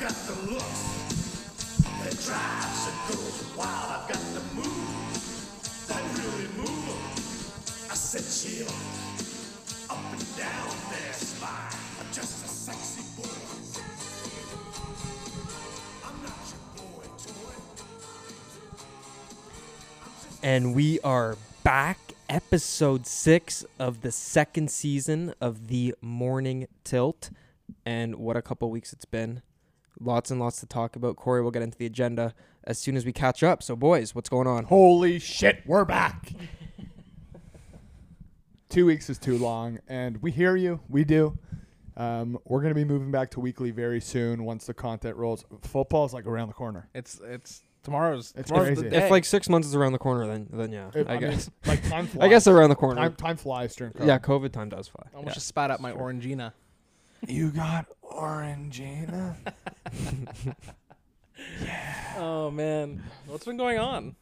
looks that drives and goes wild. I've got the move that really move 'em. I said chill up and down their spine. I'm just a sexy boy. I'm not your boy toy. And we are back, episode six of the second season of the Morning Tilt. And what a couple weeks it's been. Lots and lots to talk about. Corey, we'll get into the agenda as soon as we catch up. So, boys, what's going on? Holy shit, we're back. Two weeks is too long, and we hear you. We do. Um, we're going to be moving back to weekly very soon once the content rolls. Football's like around the corner. It's it's tomorrow's It's tomorrow's crazy. the day. If like six months is around the corner, then then yeah, It- I, mean, guess. like time flies. I guess around the corner. time, time flies during COVID. yeah, COVID time does fly. I almost just spat out my orangina. You got Orangina. Oh man, what's been going on?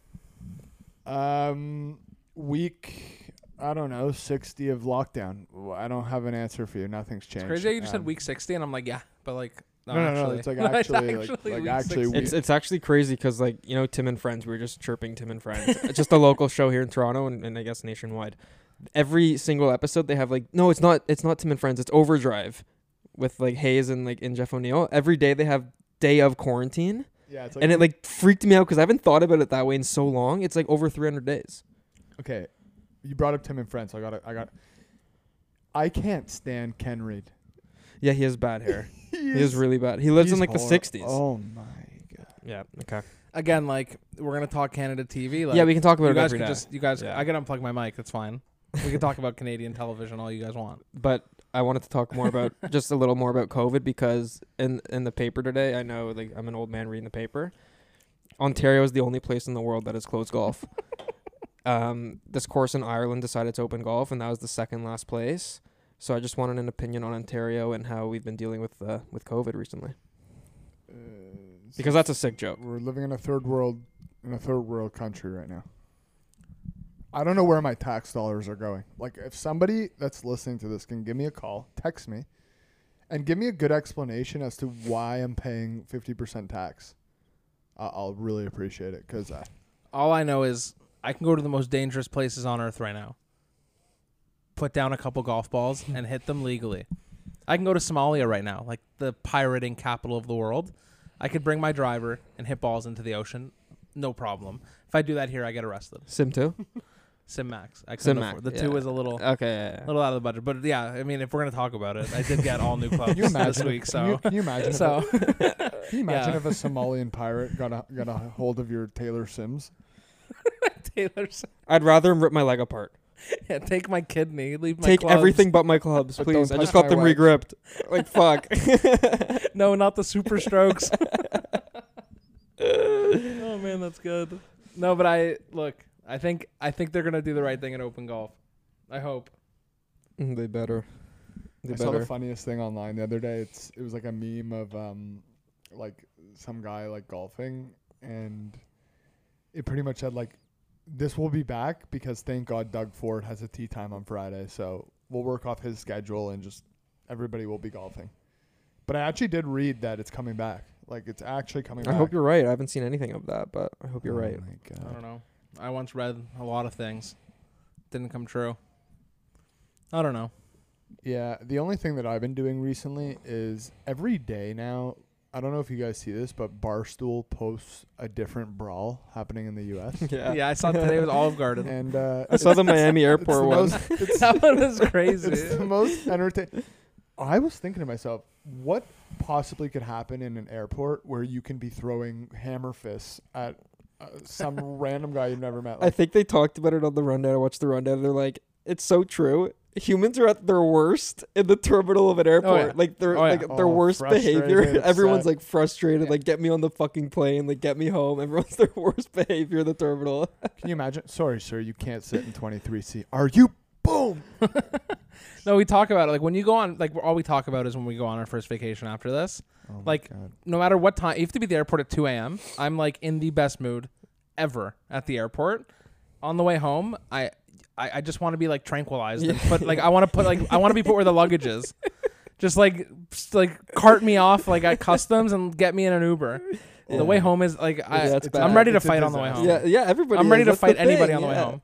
um, week, I don't know, 60 of lockdown. Well, I don't have an answer for you. Nothing's changed. It's crazy. how You just Um, said week sixty, and I'm like, yeah, but like, No, no, no, no, actually, it's like No, it's actually, like- like week actually 60. we- It's it's actually crazy because like you know Tim and Friends, we were just chirping Tim and Friends, It's just a local show here in Toronto and, and I guess nationwide. Every single episode they have like no, it's not it's not Tim and Friends, it's Overdrive with like Hayes and like and Jeff O'Neill. Every day they have day of quarantine, Yeah, it's and it like freaked me out because I haven't thought about it that way in so long. It's like over 300 days. Okay, you brought up Tim and Friends. I got to I got. I can't stand Ken Reed. Yeah, he has bad hair. he is really bad. He lives in like the 60s. Oh my god! Yeah. Okay. again, like we're gonna talk Canada TV. Like, yeah, we can talk about you it guys every can day. just you guys. Yeah. I can unplug my mic. That's fine. We can talk about Canadian television all you guys want. but I wanted to talk more about just a little more about COVID because in in the paper today, I know like I'm an old man reading the paper. Ontario is the only place in the world that has closed golf. um, this course in Ireland decided to open golf, and that was the second last place. So I just wanted an opinion on Ontario and how we've been dealing with uh, with COVID recently, Uh, because that's a sick joke. we're living in a third world in a third world country right now. I don't know where my tax dollars are going. Like, if somebody that's listening to this can give me a call, text me, and give me a good explanation as to why I'm paying fifty percent tax, I I'll really appreciate it uh, because I. All I know is I can go to the most dangerous places on earth right now. Put down a couple golf balls and hit them legally. I can go to Somalia right now, like the pirating capital of the world. I could bring my driver and hit balls into the ocean, no problem. If I do that here, I get arrested. Sim too. Sim Max. I Sim couldn't afford- Max, The two yeah. Uh, is a little, Okay. yeah, yeah. little out of the budget, but yeah, I mean, if we're gonna talk about it, I did get all new clothes Can you imagine this if- week, can you, so can you imagine if so Can you imagine Yeah. if a Somalian pirate got a got a hold of your Taylor Sims? Taylor's I'd rather him rip my leg apart. yeah, take my kidney, leave my Take clubs. everything but my clubs, But please. don't I just touch got my them wedge. regripped. Like fuck. No, not the super strokes. oh man, that's good. No, but I look, I think I think they're gonna do the right thing at open golf. I hope. Mm, They better. They I saw the better. funniest thing online the other day. It's it was like a meme of um like some guy like golfing and it pretty much said like this will be back because thank God Doug Ford has a tea time on Friday, so we'll work off his schedule and just everybody will be golfing. But I actually did read that it's coming back. Like it's actually coming I back. hope you're right. I haven't seen anything of that, but I hope you're right. Oh my I God. don't know. I once read a lot of things. Didn't come true. I don't know. Yeah, the only thing that I've been doing recently is every day now. I don't know if you guys see this, but Barstool posts a different brawl happening in the U.S. Yeah, I saw today was Olive Garden. and uh, I saw the Miami it's the airport one. most, it's, that one was it's crazy. the most entertaining. I was thinking to myself, what possibly could happen in an airport where you can be throwing hammer fists at uh, some random guy you've never met? I Like, think they talked about it on the rundown. I watched the rundown. They're like, it's so true. Humans are at their worst in the terminal of an airport. yeah. Like their Oh, yeah. like their Oh, worst behavior. frustrated, Everyone's upset. like frustrated. Yeah. Like get me on the fucking plane. Like get me home. Everyone's their worst behavior in the terminal. can you imagine? Sorry, sir, you can't sit in 23C. Are you? Boom. no, we talk about it. Like when you go on like all we talk about is when we go on our first vacation after this. Oh my Like, God. no matter what time you have to be at the airport at 2 a.m i'm like in the best mood ever at the airport on the way home i i, I just want to be like tranquilized and put like i want to put like i want to be put where the luggage is Just like just like cart me off like at customs and get me in an Uber. Yeah. The way home is like I, Yeah, that's I'm bad. ready to It's a fight on the way home. disaster. Yeah, yeah. Everybody. I'm is. ready to That's the fight anybody thing, on the way yeah. home.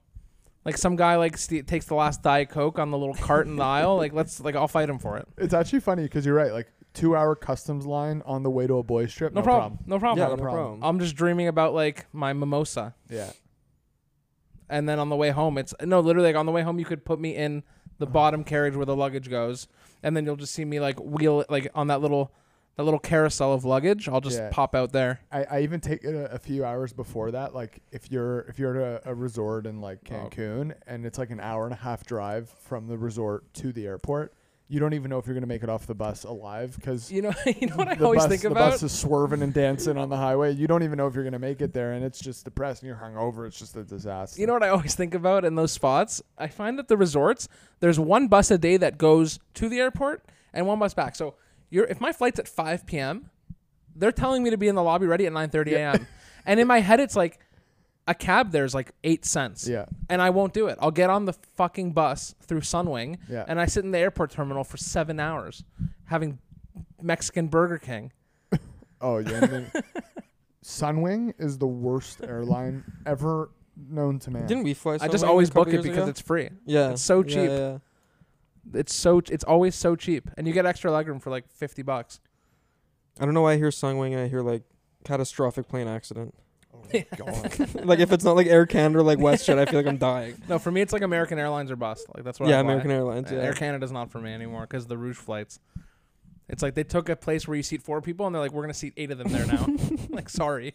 Like some guy like st- takes the last diet coke on the little cart in the aisle. Like let's like I'll fight him for it. It's actually funny because you're right. Like two hour customs line on the way to a boys trip. No, problem. No problem. Yeah, no problem. I'm just dreaming about like my mimosa, Yeah. and then on the way home, it's no literally like on the way home you could put me in the bottom carriage where the luggage goes, and then you'll just see me like wheel like on that little that little carousel of luggage. I'll just Yeah. pop out there. I, I even take it a, a few hours before that. Like if you're if you're at a, a resort in like Oh. Cancun and it's like an hour and a half drive from the resort to the airport, you don't even know if you're gonna make it off the bus alive because You know, you know what I the always bus think the about. bus is swerving and dancing on the highway. You don't even know if you're gonna make it there, and it's just depressing. You're hungover. It's just a disaster. You know what I always think about in those spots? I find that the resorts, there's one bus a day that goes to the airport and one bus back. So you're, if my flight's at 5 p.m., they're telling me to be in the lobby ready at 9:30 a.m. and in my head, it's like a cab there's like eight cents. Yeah. And I won't do it. I'll get on the fucking bus through Sunwing Yeah. and I sit in the airport terminal for seven hours having Mexican Burger King. Oh yeah. and then- Sunwing is the worst airline ever known to man. Didn't we fly? I just somewhere always a couple book it years because ago? it's free. yeah, it's so yeah, cheap. yeah. It's so it's always so cheap, and you get extra legroom for like fifty bucks. I don't know why I hear Sungwing and I hear like catastrophic plane accident. Oh my god. like if it's not like Air Canada, or, like WestJet, I feel like I'm dying. No, for me, it's like American Airlines or bust. Like that's what. yeah, I buy. American Airlines. Yeah. Uh, Air Canada's not for me anymore because the Rouge flights. It's like they took a place where you seat four people, and they're like, "We're gonna seat eight of them there now." like, sorry,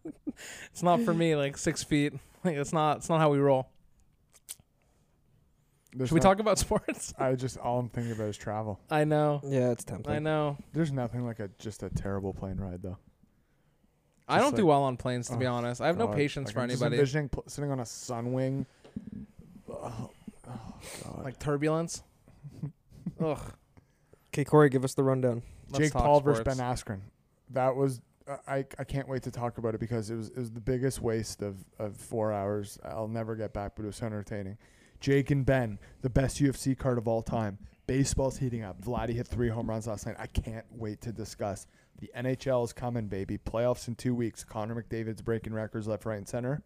it's not for me. Like six feet. Like it's not. It's not how we roll. There's Should we no- talk about sports? I just all I'm thinking about is travel. I know. yeah, it's I tempting. know. There's nothing like a just a terrible plane ride though. I Just don't do like- well on planes, to be Oh, honest. I have no God. patience Like, for I'm just anybody. envisioning pl- sitting on a sunwing. Oh, oh, God. Like turbulence. Ugh. Okay, Corey, give us the rundown. let's Jake talk Paul versus sports. Ben Askren. That was uh, I, I can't wait to talk about it because it was it was the biggest waste of, of four hours. I'll never get back, but it was so entertaining. Jake and Ben, the best UFC card of all time. Baseball's heating up. Vladdy hit three home runs last night. I can't wait to discuss. The NHL is coming, baby. Playoffs in two weeks. Connor McDavid's breaking records left, right, and center.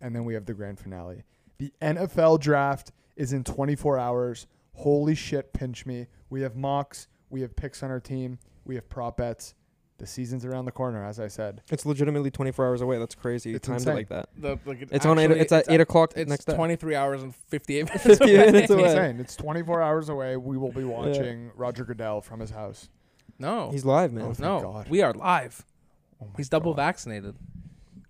And then we have the grand finale. The NFL draft is in 24 hours. Holy shit, pinch me. We have mocks. We have picks on our team. We have prop bets. The season's around the corner, as I said. It's legitimately 24 hours away. That's crazy. You It's timed insane. it like that. The- like, it It's on. Eight, actually- it's at eight o'clock It's next day. 23 hours and 58 minutes. 58 away. minutes It's away. insane. It's 24 hours away. We will be watching Roger Goodell from his house. No. He's live, man. Oh, thank no. God. We are live. Oh my He's double God. vaccinated.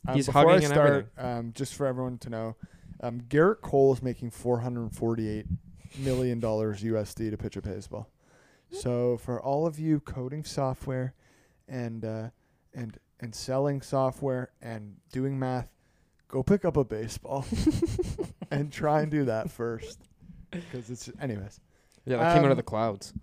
Um, He's before I hugging and start, um, just for everyone to know, um, Garrett Cole is making 448 million dollars USD to pitch a baseball. So for all of you coding software, and uh, and and selling software and doing math, go pick up a baseball and try and do that first, because it's anyways. Yeah, that came out Um, of the clouds.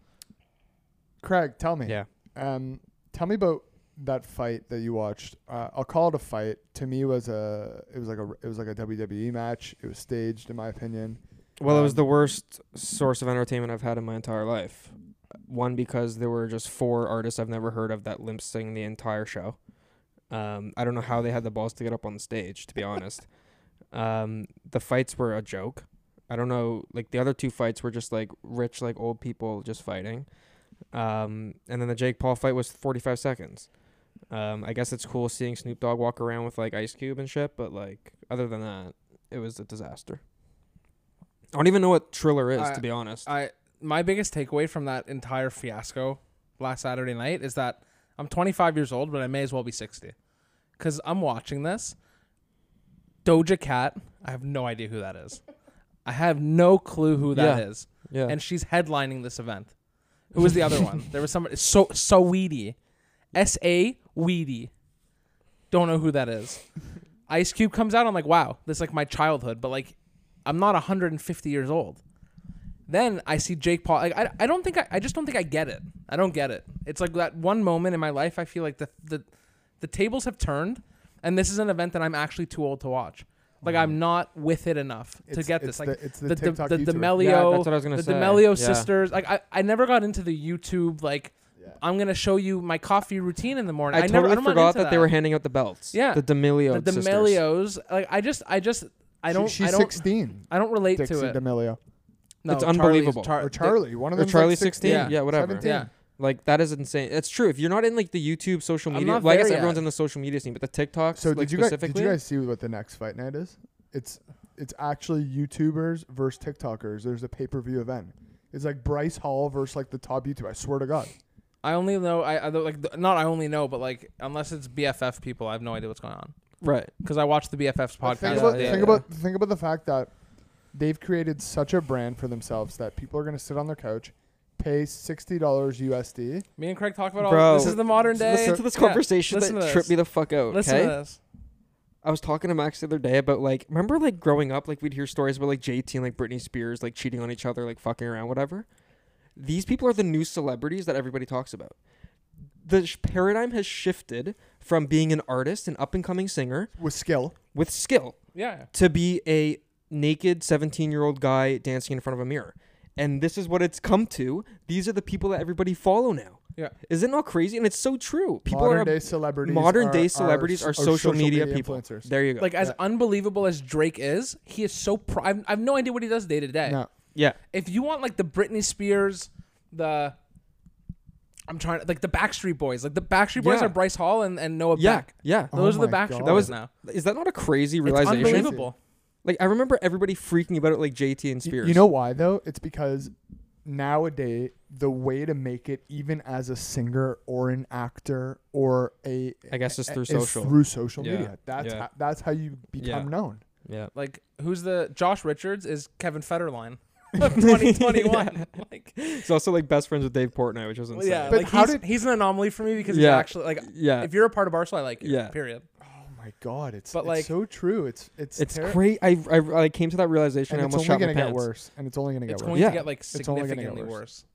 Craig, tell me. Yeah. Um, tell me about that fight that you watched. Uh, I'll call it a fight. To me, it was a it was like a it was like a WWE match. It was staged, in my opinion. Well, it was Um, the worst source of entertainment I've had in my entire life. One because there were just four artists I've never heard of that lip sing the entire show. Um, I don't know how they had the balls to get up on the stage, to be honest. Um, the fights were a joke. I don't know, like the other two fights were just like rich, like old people just fighting. Um, and then the Jake Paul fight was 45 seconds. Um, I guess it's cool seeing Snoop Dogg walk around with like Ice Cube and shit, but like other than that, it was a disaster. I don't even know what Triller is, I- to be honest. I my biggest takeaway from that entire fiasco last Saturday night is that I'm 25 years old, but I may as well be 60. Cuz I'm watching this Doja Cat, I have no idea who that is. I have no clue who that is. Yeah. yeah. and she's headlining this event. Who was the other one? There was somebody so so weedy, S A weedy. Don't know who that is. Ice Cube comes out. I'm like, wow, this is like my childhood, but like, I'm not 150 years old. Then I see Jake Paul. Like, I, I don't think I, I just don't think I get it. I don't get it. It's like that one moment in my life. I feel like the the the tables have turned, and this is an event that I'm actually too old to watch. Like I'm not with it enough to Mm. It's- get it's this. Like the- it's the the the, TikTok the, the YouTuber. Melio, Yeah, that's what I was gonna the say. D'Amelio Yeah. sisters. Like I, I never got into the YouTube. Like Yeah. I'm gonna show you my coffee routine in the morning. I, I totally never, I'm not forgot into that, they were handing out the belts. Yeah. the D'Amelio. the sisters. D'Amelios. Like I just, I just, I don't, She- she's I don't, 16. I don't relate Dixie to it. D'Amelio No, It's Charlie's- unbelievable. Char- or Charlie. One of Or them. Charlie 16? Yeah. Yeah, whatever. 17. Yeah. Like that is insane. It's true. If you're not in like the YouTube social I'm media, not well, I there guess yet. everyone's in the social media scene, but the TikTok. So like, did you guys? Did specifically, you guys see what the next fight night is? It's it's actually YouTubers versus TikTokers. There's a pay per view event. It's like Bryce Hall versus like the top YouTuber. I swear to God. I only know, I, I don't- like, th- not I only know, but like, unless it's BFF people, I have no idea what's going on right? because I watch the BFFs But podcast. Think about, yeah, think yeah. about think about the fact that they've created such a brand for themselves that people are going to sit on their couch, pay sixty dollars USD. Me and Craig talk about all. Bro. This is the modern day. Listen to this Yeah, conversation listen to that this. tripped me the fuck out. Listen okay? to this. I was talking to Max the other day about like remember like growing up like we'd hear stories about like JT and like Britney Spears like cheating on each other like fucking around whatever. These people are the new celebrities that everybody talks about. The sh- paradigm has shifted from being an artist, an up and coming singer With skill, with skill, Yeah. to be a naked 17 year old guy dancing in front of a mirror. And this is what it's come to. These are the people that everybody follow now. Yeah. Is it not crazy? And it's so true. People modern are day celebrities. modern are- day celebrities are, s- social, media, people. influencers. There you go. Like as Yeah. unbelievable as Drake is, he is so. Pr- I've, I've no idea what he does day to day. No. yeah. If you want like the Britney Spears, the I'm trying to like the Backstreet Boys, like the Backstreet Boys Yeah. are Bryce Hall and, and Noah Yeah. Beck. Yeah. Oh Those are the my Backstreet God. Boys That was- now. Is that not a crazy It's realization? unbelievable. Like I remember everybody freaking about it like JT and Y- Spears. You know why though? It's because nowadays the way to make it, even as a singer or an actor or a, I guess it's through is social. through social Yeah. media. That's Yeah. ho- that's how you become Yeah. known. yeah. Like who's the Josh Richards is Kevin Federline. of 2021. Like, It's also like best friends with Dave Portnoy, which was insane. yeah, But like how he's, did- he's an anomaly for me because Yeah. he's actually like yeah. if you're a part of Barcelona, I like you. Yeah. Period. Oh my god, it's But, it's like, so true. It's it's It's terri- great. I, I I came to that realization. and I it's almost only shot my gonna get pants. worse. And it's only gonna get It's worse. going Yeah. to get like It's only gonna get significantly worse. worse.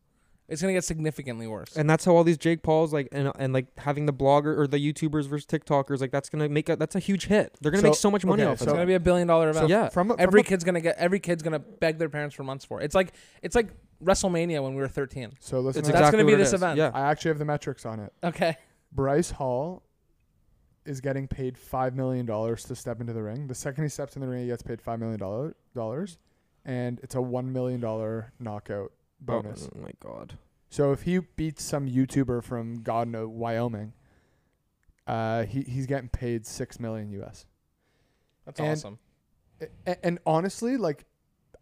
It's gonna get significantly worse. And that's how all these Jake Pauls like and and like having the blogger or the YouTubers versus TikTokers like that's gonna make a, that's a huge hit. They're gonna So- make so much money okay, off it's of so- gonna it. be a billion dollar event. yeah. From, a- from every a- kid's gonna get every kid's gonna beg their parents for months for it. It's like it's like WrestleMania when we were 13. so listen, It's exactly to That's gonna be what it this is. event. Yeah. this. I actually have the metrics on it. Okay. Bryce Hall is getting paid five million dollars to step into the ring. The second he steps in the ring, he gets paid five million dollars, and it's a one million dollar knockout bonus. Oh my god. So if he beats some YouTuber from God knows Wyoming, uh, he he's getting paid six million US. That's And- awesome. And, and honestly, like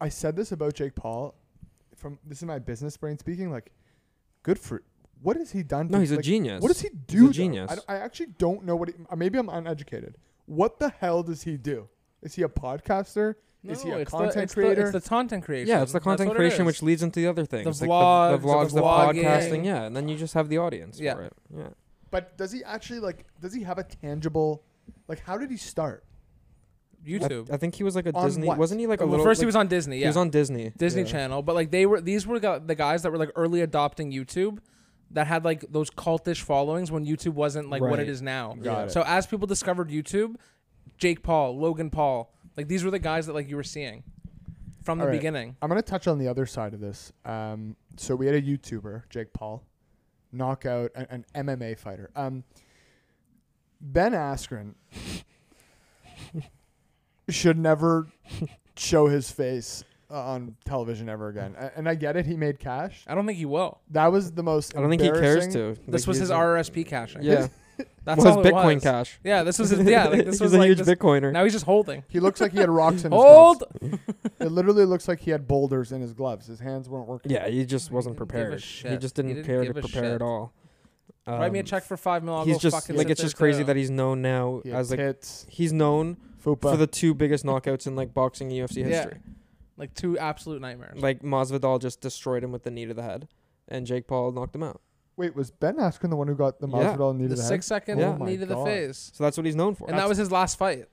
I said this about Jake Paul, from this is my business brain speaking. Like, good for what has he done? No, to- he's a like, genius. What does he do? a though? genius. I, d- I actually don't know what. He, uh, maybe I'm uneducated. What the hell does he do? Is he a podcaster? is he No, a it's the- content it's the- creator? it's the content creation. Yeah, it's the That's content what it creation is. which leads into the other things. The like the, the vlogs, vlogs, the the, vlogging. podcasting, yeah, and then you just have the audience Yeah. for it. Yeah. but does he actually like? Does he have a tangible? Like, how did he start? I- YouTube. I, think he was like a On Disney. what? Wasn't he like a well, little? first he like- was on Disney. Yeah. He was on Disney. Disney Yeah. Channel, but like they were these were gu- the guys that were like early adopting YouTube that had like those cultish followings when YouTube wasn't like what it Right. is now. Got it. So as people discovered YouTube, Jake Paul, Logan Paul, like these were the guys that like you were seeing from the All right. beginning. I'm gonna touch on the other side of this. Um, so we had a YouTuber, Jake Paul, knock out an, an MMA fighter. Um, ben Askren should never show his face uh, on television ever again. A- And I get it; he made cash. I don't think he will. That was the most. I don't think he cares embarrassing- to. This Like, was he's his a- RRSP caching. Yeah. that's well, all his it Bitcoin was. cash. Yeah, this was his, yeah, like this he's was a like huge this, Bitcoiner. now he's just holding. He looks like he had rocks in his Hold. gloves. It literally looks like he had boulders in his gloves. His hands weren't working. yeah, he just wasn't He didn't give a prepared. He shit. just He didn't, didn't care to give a prepare shit. at all. Write me a Um, check for five mil. I'll He's go just fucking like sit it's there just crazy too. that he's known now He had as like tits, he's known fupa. for the two biggest knockouts in like boxing and UFC Yeah. history. like two absolute nightmares. Like Masvidal just destroyed him with the knee to the head, and Jake Paul knocked him out. Wait, was Ben Askren the one who got the Yeah. Masvidal knee to the the head? six second Yeah. knee to the Oh my God. face. So that's what he's known for. And that was his last fight.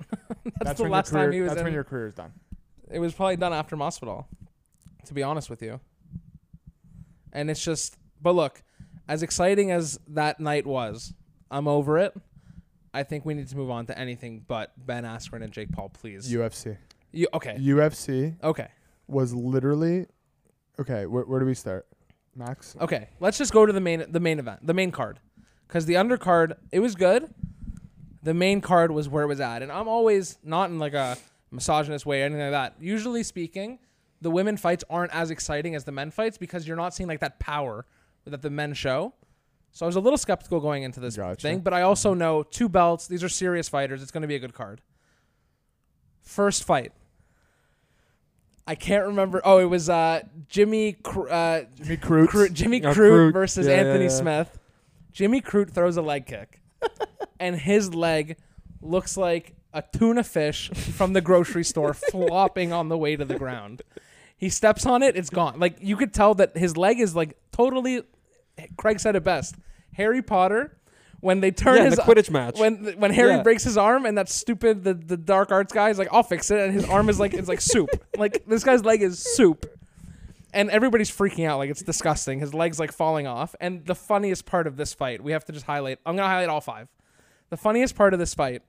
that's, when the your last career, time he was That's when in. your career is done. It was probably done after Masvidal, to be honest with you. And it's just, but look, as exciting as that night was, I'm over it. I think we need to move on to anything but Ben Askren and Jake Paul, please. UFC. You- okay. UFC Okay. was literally okay. Where, where do we start, Max? Okay. Let's just go to the main the main event, the main card. Cuz the undercard, it was good. The main card was where it was at. And I'm always not in like a misogynist way or anything like that. Usually speaking, the women fights aren't as exciting as the men fights because you're not seeing like that power that the men show. So I was a little skeptical going into this Gotcha. thing, but I also know two belts, these are serious fighters. It's going to be a good card. First fight. I can't remember. Oh, it was uh, Jimmy Cr- uh, Jimmy Cruz. Cru- Jimmy Yeah, Crute Uh, Crute. versus Yeah, yeah, Anthony yeah. Smith. Jimmy Crute throws a leg kick, and his leg looks like a tuna fish from the grocery store flopping on the way to the ground. He steps on it, it's gone. Like you could tell that his leg is like totally. Craig said it best. Harry Potter, when they turn Yeah, in his the Quidditch match. when when Harry Yeah. breaks his arm and that stupid the, the dark arts guy is like, I'll fix it, and his arm is like it's like soup. Like this guy's leg is soup. And everybody's freaking out, like it's disgusting. His legs like falling off. And the funniest part of this fight, we have to just highlight. I'm gonna highlight all five. The funniest part of this fight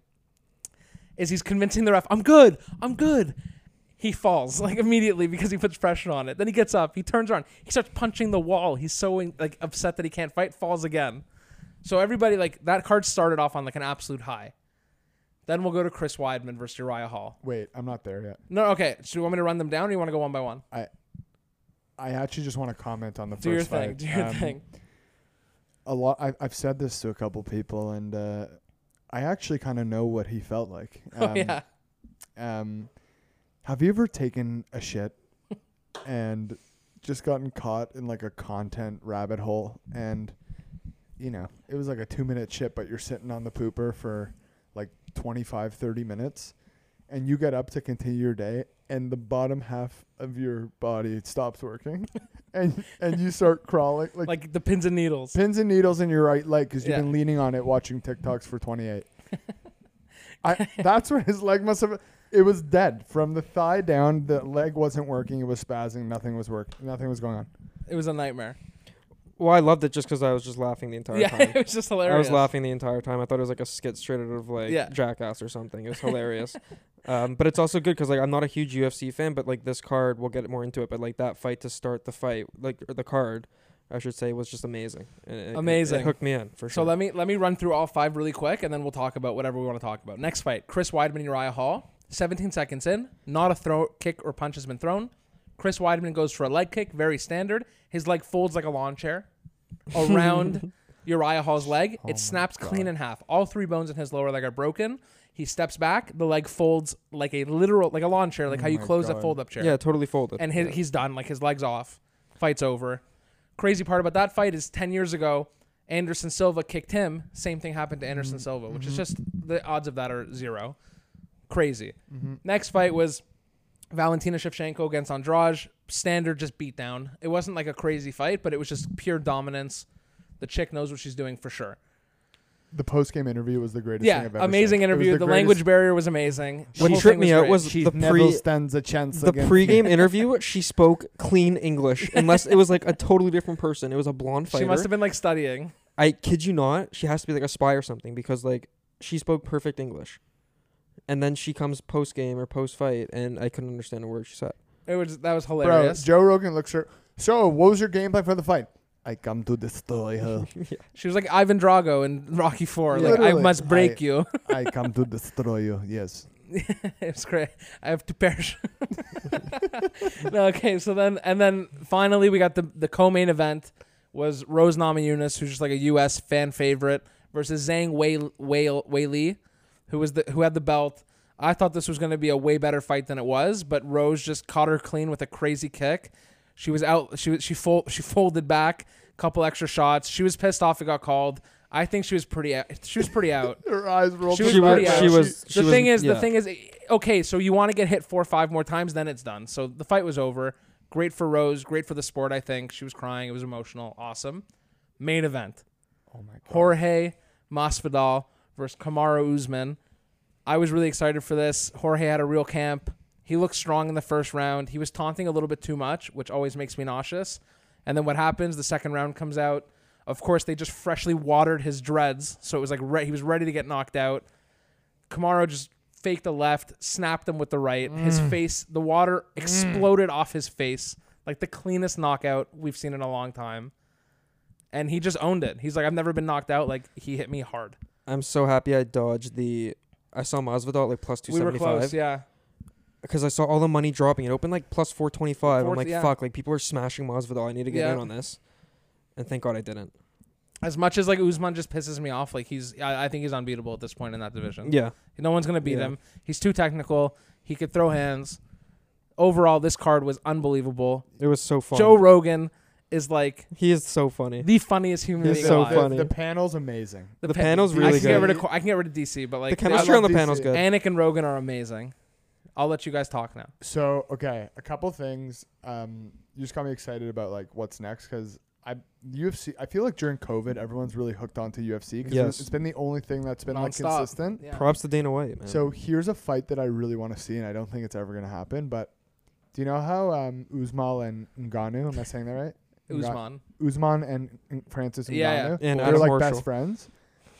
is he's convincing the ref, I'm good, I'm good. He falls like immediately because he puts pressure on it. Then he gets up, he turns around, he starts punching the wall. He's so like upset that he can't fight, falls again. So everybody like that card started off on like an absolute high. Then we'll go to Chris Weidman versus Uriah Hall. Wait, I'm not there yet. No, okay. So you want me to run them down, or you want to go one by one? I I actually just want to comment on the Do your first thing. fight. Do your Um, thing. A lot. I, I've said this to a couple people, and uh, I actually kind of know what he felt like. oh yeah. Um, have you ever taken a shit and just gotten caught in like a content rabbit hole? And you know, it was like a two minute shit, but you're sitting on the pooper for like 25, 30 minutes, and you get up to continue your day, and the bottom half of your body stops working, and and you start crawling like, Like the pins and needles. pins and needles in your right leg because you've Yeah. been leaning on it watching TikToks for 28. I, that's when his leg must have. It was dead from the thigh down. The leg wasn't working. It was spazzing. Nothing was work. Nothing was going on. It was a nightmare. Well, I loved it just because I was just laughing the entire Yeah, time. it was just hilarious. I was laughing the entire time. I thought it was like a skit straight out of like Yeah. Jackass or something. It was hilarious. um, but it's also good because like I'm not a huge UFC fan, but like this card, we'll get more into it. But like that fight to start the fight, like or the card, I should say, was just amazing. And it- it- it Amazing. hooked me in for So sure. let me let me run through all five really quick, and then we'll talk about whatever we want to talk about. Next fight: Chris Weidman, Uriah Hall. 17 seconds in, not a throw kick or punch has been thrown. Chris Weidman goes for a leg kick, very standard. His leg folds like a lawn chair around Uriah Hall's leg. Oh it snaps clean in half. All three bones in his lower leg are broken. He steps back. The leg folds like a literal, like a lawn chair, like how you my close a God. fold-up chair Oh yeah, totally folded. and his, he's done. Like his legs off, fight's over. Crazy part about that fight is ten years ago, Anderson Silva kicked him. Same thing happened to Anderson Silva, which is just the odds of that are zero. Crazy. Next fight was Valentina Shevchenko against Andrade. Standard just beat down. It wasn't like a crazy fight, but it was just pure dominance. The chick knows what she's doing for sure. The post game interview was the greatest Yeah, thing I've ever amazing seen. It was interview. The, greatest- language barrier was amazing. The What whole tripped thing me out great. was She the never pre- stands a chance the against pregame me. interview, she spoke clean English, unless it was like a totally different person. It was a blonde fighter. she must have been like studying. I kid you not, she has to be like a spy or something because like she spoke perfect English. And then she comes post game or post fight and I couldn't understand a word she said. It was that was Bro, hilarious. Joe Rogan looks her. So, what was your gameplay for the fight? I come to destroy her. She was like Ivan Drago in Rocky Four. Like I Literally. must break I- you. I come to destroy you. Yes. it was great. I have to perish. no, okay, so then and then finally we got the the co-main event was Rose Namajunas, who's just like a U.S. fan favorite, versus Zhang Wei Wei Wei Li, who was the who had the belt. I thought this was going to be a way better fight than it was, but Rose just caught her clean with a crazy kick. She was out. She was- she fold, she folded back, couple extra shots. She was pissed off. It got called. I think she was pretty. out- She was pretty out. Her eyes rolled. She was to the pretty ground. out. she was the thing is, yeah. the thing is, okay, so you want to get hit four or five more times, then it's done. So the fight was over. Great for Rose. Great for the sport. I think she was crying. It was emotional. Awesome. Main event: Oh my god. Jorge Masvidal versus Kamaru Usman. I was really excited for this. Jorge had a real camp. He looked strong in the first round. He was taunting a little bit too much, which always makes me nauseous. And then what happens? The second round comes out. Of course, they just freshly watered his dreads, so it was like re- he was ready to get knocked out. Kamaro just faked the left, snapped him with the right. His Mm. face, the water exploded off his face, like the cleanest knockout we've seen in a long time. And he just owned it. He's like, I've never been knocked out. Like he hit me hard. I'm so happy I dodged the. I saw Masvidal at like plus two We were seventy close, five yeah. because I saw all the money dropping. It opened like plus four twenty five. I'm Fourth- like, yeah. fuck! Like people are smashing Masvidal. I need to get Yeah. in on this, and thank God I didn't. As much as like Usman just pisses me off, like he's, I, I think he's unbeatable at this point in that division. Yeah, No one's gonna beat Yeah. him. He's too technical. He could throw hands. Overall, this card was unbelievable. it was so fun. Joe Rogan is like he is so funny. the funniest human He's being so alive. fun. funny. The, the panel's amazing. The panel's really I can get good. rid of Qu- I can get rid of DC, but The like chemistry on the love panel's DC. good. Anik and Rogan are amazing. I'll let you guys talk now. So okay, a couple things. Um, you just got me excited about like what's next because I UFC. I feel like during COVID, everyone's really hooked onto UFC because Yes. it's been the only thing that's been like Nonstop. consistent. Yeah. Props to Dana White, man. So here's a fight that I really want to see, and I don't think it's ever gonna happen. But do you know how um, Uzmal and Ngannou? Am I saying that right? Nga- Usman. Usman and N- Francis Ngannou. Yeah, yeah. and They're They're Adam like Marshall. best friends.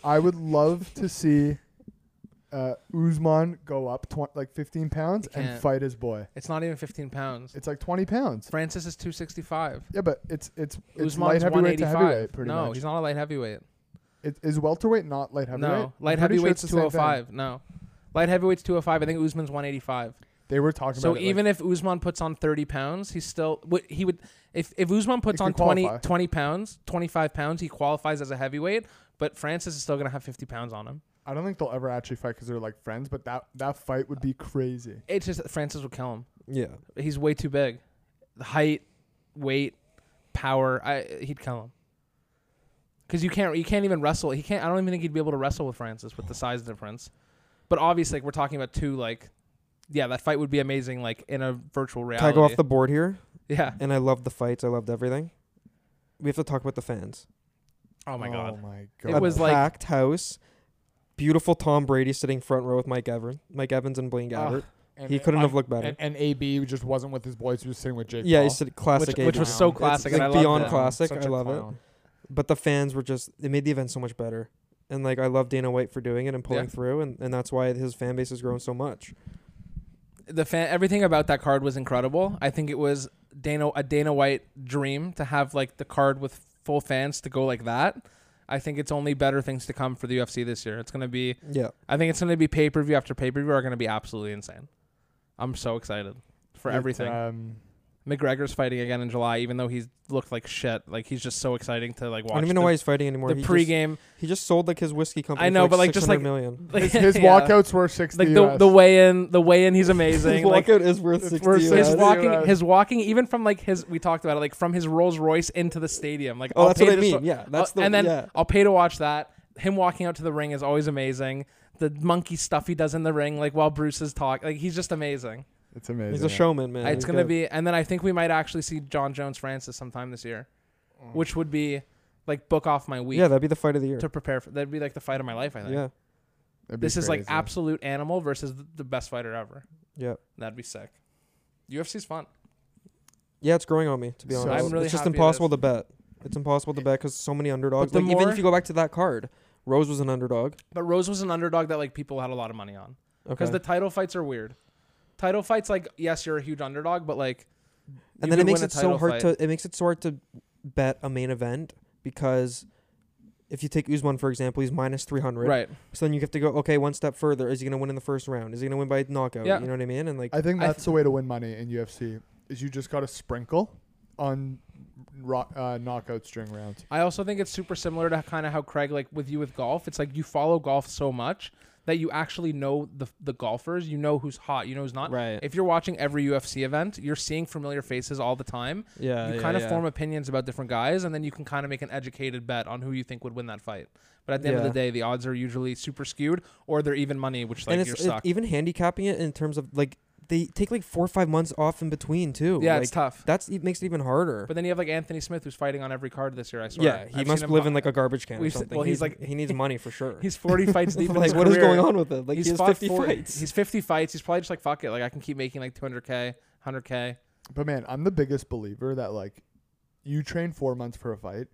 I would love to see uh, Usman go up tw- like 15 pounds He and can't. fight his boy. It's not even 15 pounds. It's like 20 pounds. Francis is 265. Yeah, but it's it's it's Usman's light heavyweight to 185. heavyweight pretty no, much. he's not a light heavyweight. It, is welterweight not light heavyweight? No, light oh I'm pretty sure heavyweight's it's the same thing. 205. No, light heavyweight's 205. I think Usman's 185. They were talking So about it, like, even if Usman puts on 30 pounds, he's still would he would if if Usman puts could on 20, qualify. 20 pounds, 25 pounds, he qualifies as a heavyweight, but Francis is still going to have 50 pounds on him. I don't think they'll ever actually fight because they're like friends, but that that fight would be crazy. It's just that Francis would kill him. yeah, He's way too big. The height, weight, power, I he'd kill him. Cuz you can't you can't even wrestle. He can't I don't even think he'd be able to wrestle with Francis with the size difference. But obviously like, we're talking about two like yeah, that fight would be amazing like in a virtual reality. can I go off the board here? Yeah. And I loved the fights. I loved everything. We have to talk about the fans. Oh my god. Oh my god. It was a like- packed house. Beautiful Tom Brady sitting front row with Mike Evans, Mike Evans and Blaine uh, Ah, Gabbert. And he it- couldn't I- have looked better. And, and AB just wasn't with his boys. He was sitting with Jake. yeah, Paul. he said classic, which, which AJ. was Brown. so It's classic. like and I loved beyond it. classic. Such I a love it. clown. But the fans were just it made the event so much better. And like I love Dana White for doing it and pulling Yeah. through, and, and that's why his fan base has grown so much. Oh. the fan everything about that card was incredible. I think it was Dana a Dana White dream to have like the card with full fans to go like that. I think it's only better things to come for the UFC this year. It's gonna be Yeah, I think it's gonna be pay per view after pay per view are gonna be absolutely insane. I'm so excited for It, everything. Um, McGregor's fighting again in July, even though he's looked like shit. Like he's just so exciting to like watch. I don't even the, know why he's fighting anymore. the he Just, pregame. he just sold like his whiskey company. I know, for, like, but, like, just, like- 600 million. Like, his his yeah. walkouts were sixty. Like the, US. the weigh in, the weigh in, he's amazing. his like walkout is worth it's sixty. worth US. his Yeah. walking, Yeah. his walking, even from like his, we talked about it, like from his Rolls Royce into the stadium. Like, Oh, I'll that's pay what I to- mean. Yeah, that's I'll- the Uh, and then yeah. I'll pay to watch that. Him walking out to the ring is always amazing. The monkey stuff he does in the ring, like while Bruce is talking, like he's just amazing. it's amazing. He's a showman, man. it's He's gonna good. be, and then I think we might actually see John Jones Francis sometime this year, which would be like book off my week yeah, that'd be the fight of the year. to prepare for. That'd be like the fight of my life. I think Yeah, That'd be this is like crazy. absolute animal versus th- the best fighter ever. yeah, That'd be sick. UFC's fun. yeah. It's growing on me to be So- honest. I'm really it's just happy it impossible to bet. It's impossible to bet because so many underdogs. the Like even more- if you go back to that card, Rose was an underdog. But Rose was an underdog that like people had a lot of money on Okay, because the title fights are weird. Title fights, like yes, you're a huge underdog, but like, you and then it could makes win a it so title hard fight. to it makes it so hard to bet a main event because if you take Usman for example, he's minus three hundred. right. So then you have to go okay one step further. Is he gonna win in the first round? Is he gonna win by knockout? Yeah. You know what I mean? And like I think I that's the way to win money in UFC. Is you just got to sprinkle on ro- uh, knockout string rounds. I also think it's super similar to kind of how Craig like with you with golf. It's like you follow golf so much that you actually know the the golfers. You know who's hot. You know who's not. Right. If you're watching every UFC event, you're seeing familiar faces all the time. Uh, yeah, you kind of form opinions about different guys, and then you can kind of make an educated bet on who you think would win that fight. But at the end of Yeah. the day, the odds are usually super skewed, or they're even money, which like and you're it's it- stuck. even handicapping it in terms of like they take like four or five months off in between too. yeah, like, it's tough. That's it makes it even harder. But then you have like Anthony Smith, who's fighting on every card this year. I swear. yeah, he I've must seen him live fi- in like a garbage can or We've se- something. well, he's he's like- like he needs money for sure. He's 40 fights deep. in his like what is career. going on with it? Like he's he has fought 50 40 fights. He's 50 fights. He's probably just like fuck it. Like I can keep making like 200k, 100k. But man, I'm the biggest believer that like you train four months for a fight.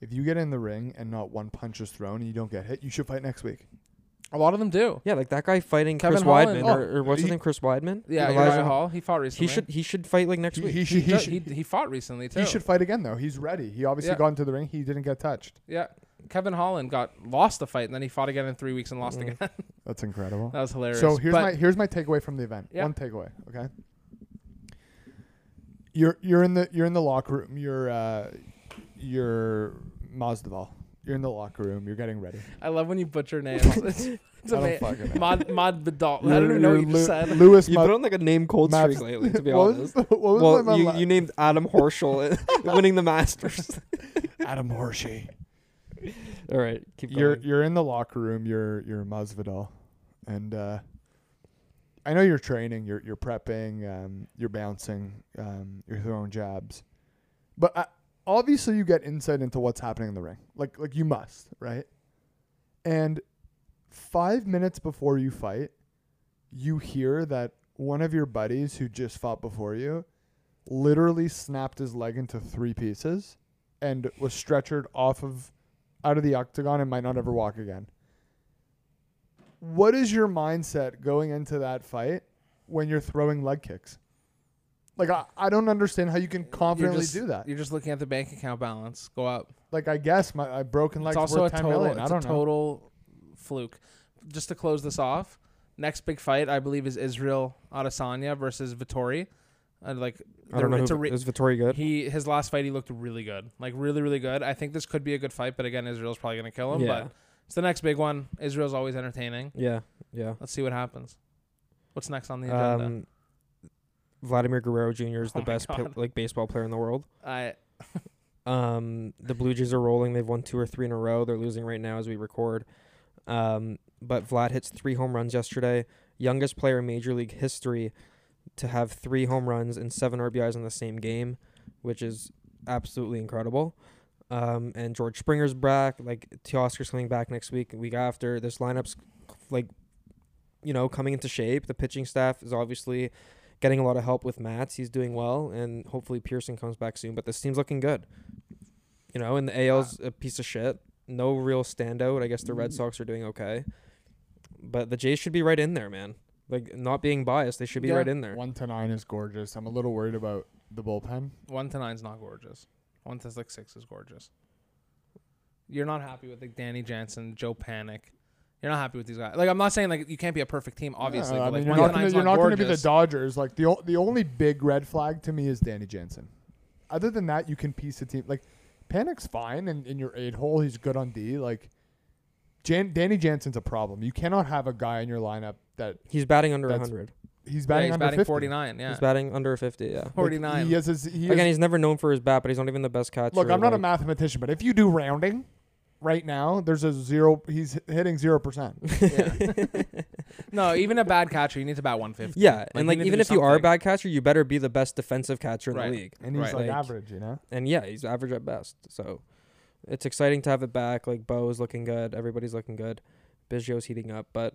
if you get in the ring and not one punch is thrown and you don't get hit, you should fight next week. A lot of them do. Yeah, like that guy fighting Kevin Chris Holland- Weidman oh, or, or what's his he- name, Chris Weidman? Yeah, Elijah Elijah Hall. Hall. He fought recently. He should he should fight like next He, week. he should. He, No, should. he, he fought recently too. he should fight again though. He's ready. He obviously Yeah. got into the ring. He didn't get touched. Yeah. Kevin Holland got lost the fight, and then he fought again in three weeks and lost again. that That's incredible. was hilarious. So here's But- my here's my takeaway from the event. Yeah. One takeaway, okay? You're you're in the you're in the locker room. You're uh, you're Mazdaval. You're in the locker room. You're getting ready. I love when you butcher names. It's, it's I don't amazing. fucking know. Mod Mod Vidal. I don't even know what you just said. Lewis You've been on like a name cold Matt- streak lately, to be what was honest. the- what was my- my well, you, la- you named Adam Horschel winning the Masters. Adam Horshey. All right, keep going. You're you're in the locker room. You're you're Masvidal, and uh, I know you're training. You're you're prepping. Um, you're bouncing. Um, you're throwing jabs, but I, obviously you get insight into what's happening in the ring. Like like you must right, and five minutes before you fight, you hear that one of your buddies who just fought before you literally snapped his leg into three pieces and was stretchered off of out of the octagon and might not ever walk again. What is your mindset going into that fight when you're throwing leg kicks? Like I, I don't understand how you can You're confidently just- do that. You're just looking at the bank account balance go up. Like I guess my I broken It's legs also a worth ten total. million. It's I a don't know. total fluke. Just to close this off, next big fight I believe is Israel Adesanya versus Vittori. Uh, like I don't know. they're- it's Who, a re- is Vittori good? he his last fight he looked really good, like really really good. I think this could be a good fight, but again Israel's probably gonna kill him. Yeah. But it's the next big one. Israel's always entertaining. yeah, yeah. Let's see what happens. What's next on the agenda? Um, Vladimir Guerrero Jr. is the Oh my best pi- God. like baseball player in the world. I Um, the Blue Jays are rolling. They've won two or three in a row. They're losing right now as we record. Um, but Vlad hits three home runs yesterday. Youngest player in Major League history to have three home runs and seven RBIs in the same game, which is absolutely incredible. Um, and George Springer's back. Like Teoscar's coming back next week, week after. This lineup's like, you know, coming into shape. The pitching staff is obviously getting a lot of help with Mats. He's doing well, and hopefully Pearson comes back soon. But this team's looking good. You know, and the AL's a piece of shit. No real standout. I guess the Red Sox are doing okay, but the Jays should be right in there, man. Like not being biased, they should be Yeah. right in there. One to nine is gorgeous. I'm a little worried about the bullpen. One to nine's not gorgeous. One to like six is gorgeous. You're not happy with like Danny Jansen, Joe Panic. You're not happy with these guys. Like I'm not saying like you can't be a perfect team, obviously. Yeah, I but, like, mean, you're one not to gonna, nine's you're not gonna be the gorgeous. Dodgers. Like the o- the only big red flag to me is Danny Jansen. Other than that, you can piece the team. Like Panic's fine, and in your eight hole, he's good on D. Like Jan- Danny Jansen's a problem. You cannot have a guy in your lineup that He's batting under That's- 100. he's Yeah, batting he's under batting 50. 49. Yeah, He's batting under 50. Yeah. Like, 49. he has his, he Again, has- he's never known for his bat, but he's not even the best catcher. look, I'm not a like- mathematician, but if you do rounding right now, there's a zero. He's h- hitting zero percent. Yeah. no, even a bad catcher, you need to bat 150. Yeah, you and like need to even do if you are a something. bad catcher, you better be the best defensive catcher in Right. the league. And he's Right. like Like- average, you know. And yeah, he's average at best. So it's exciting to have it back. Like Bo is looking good. Everybody's looking good. Biggio's heating up. But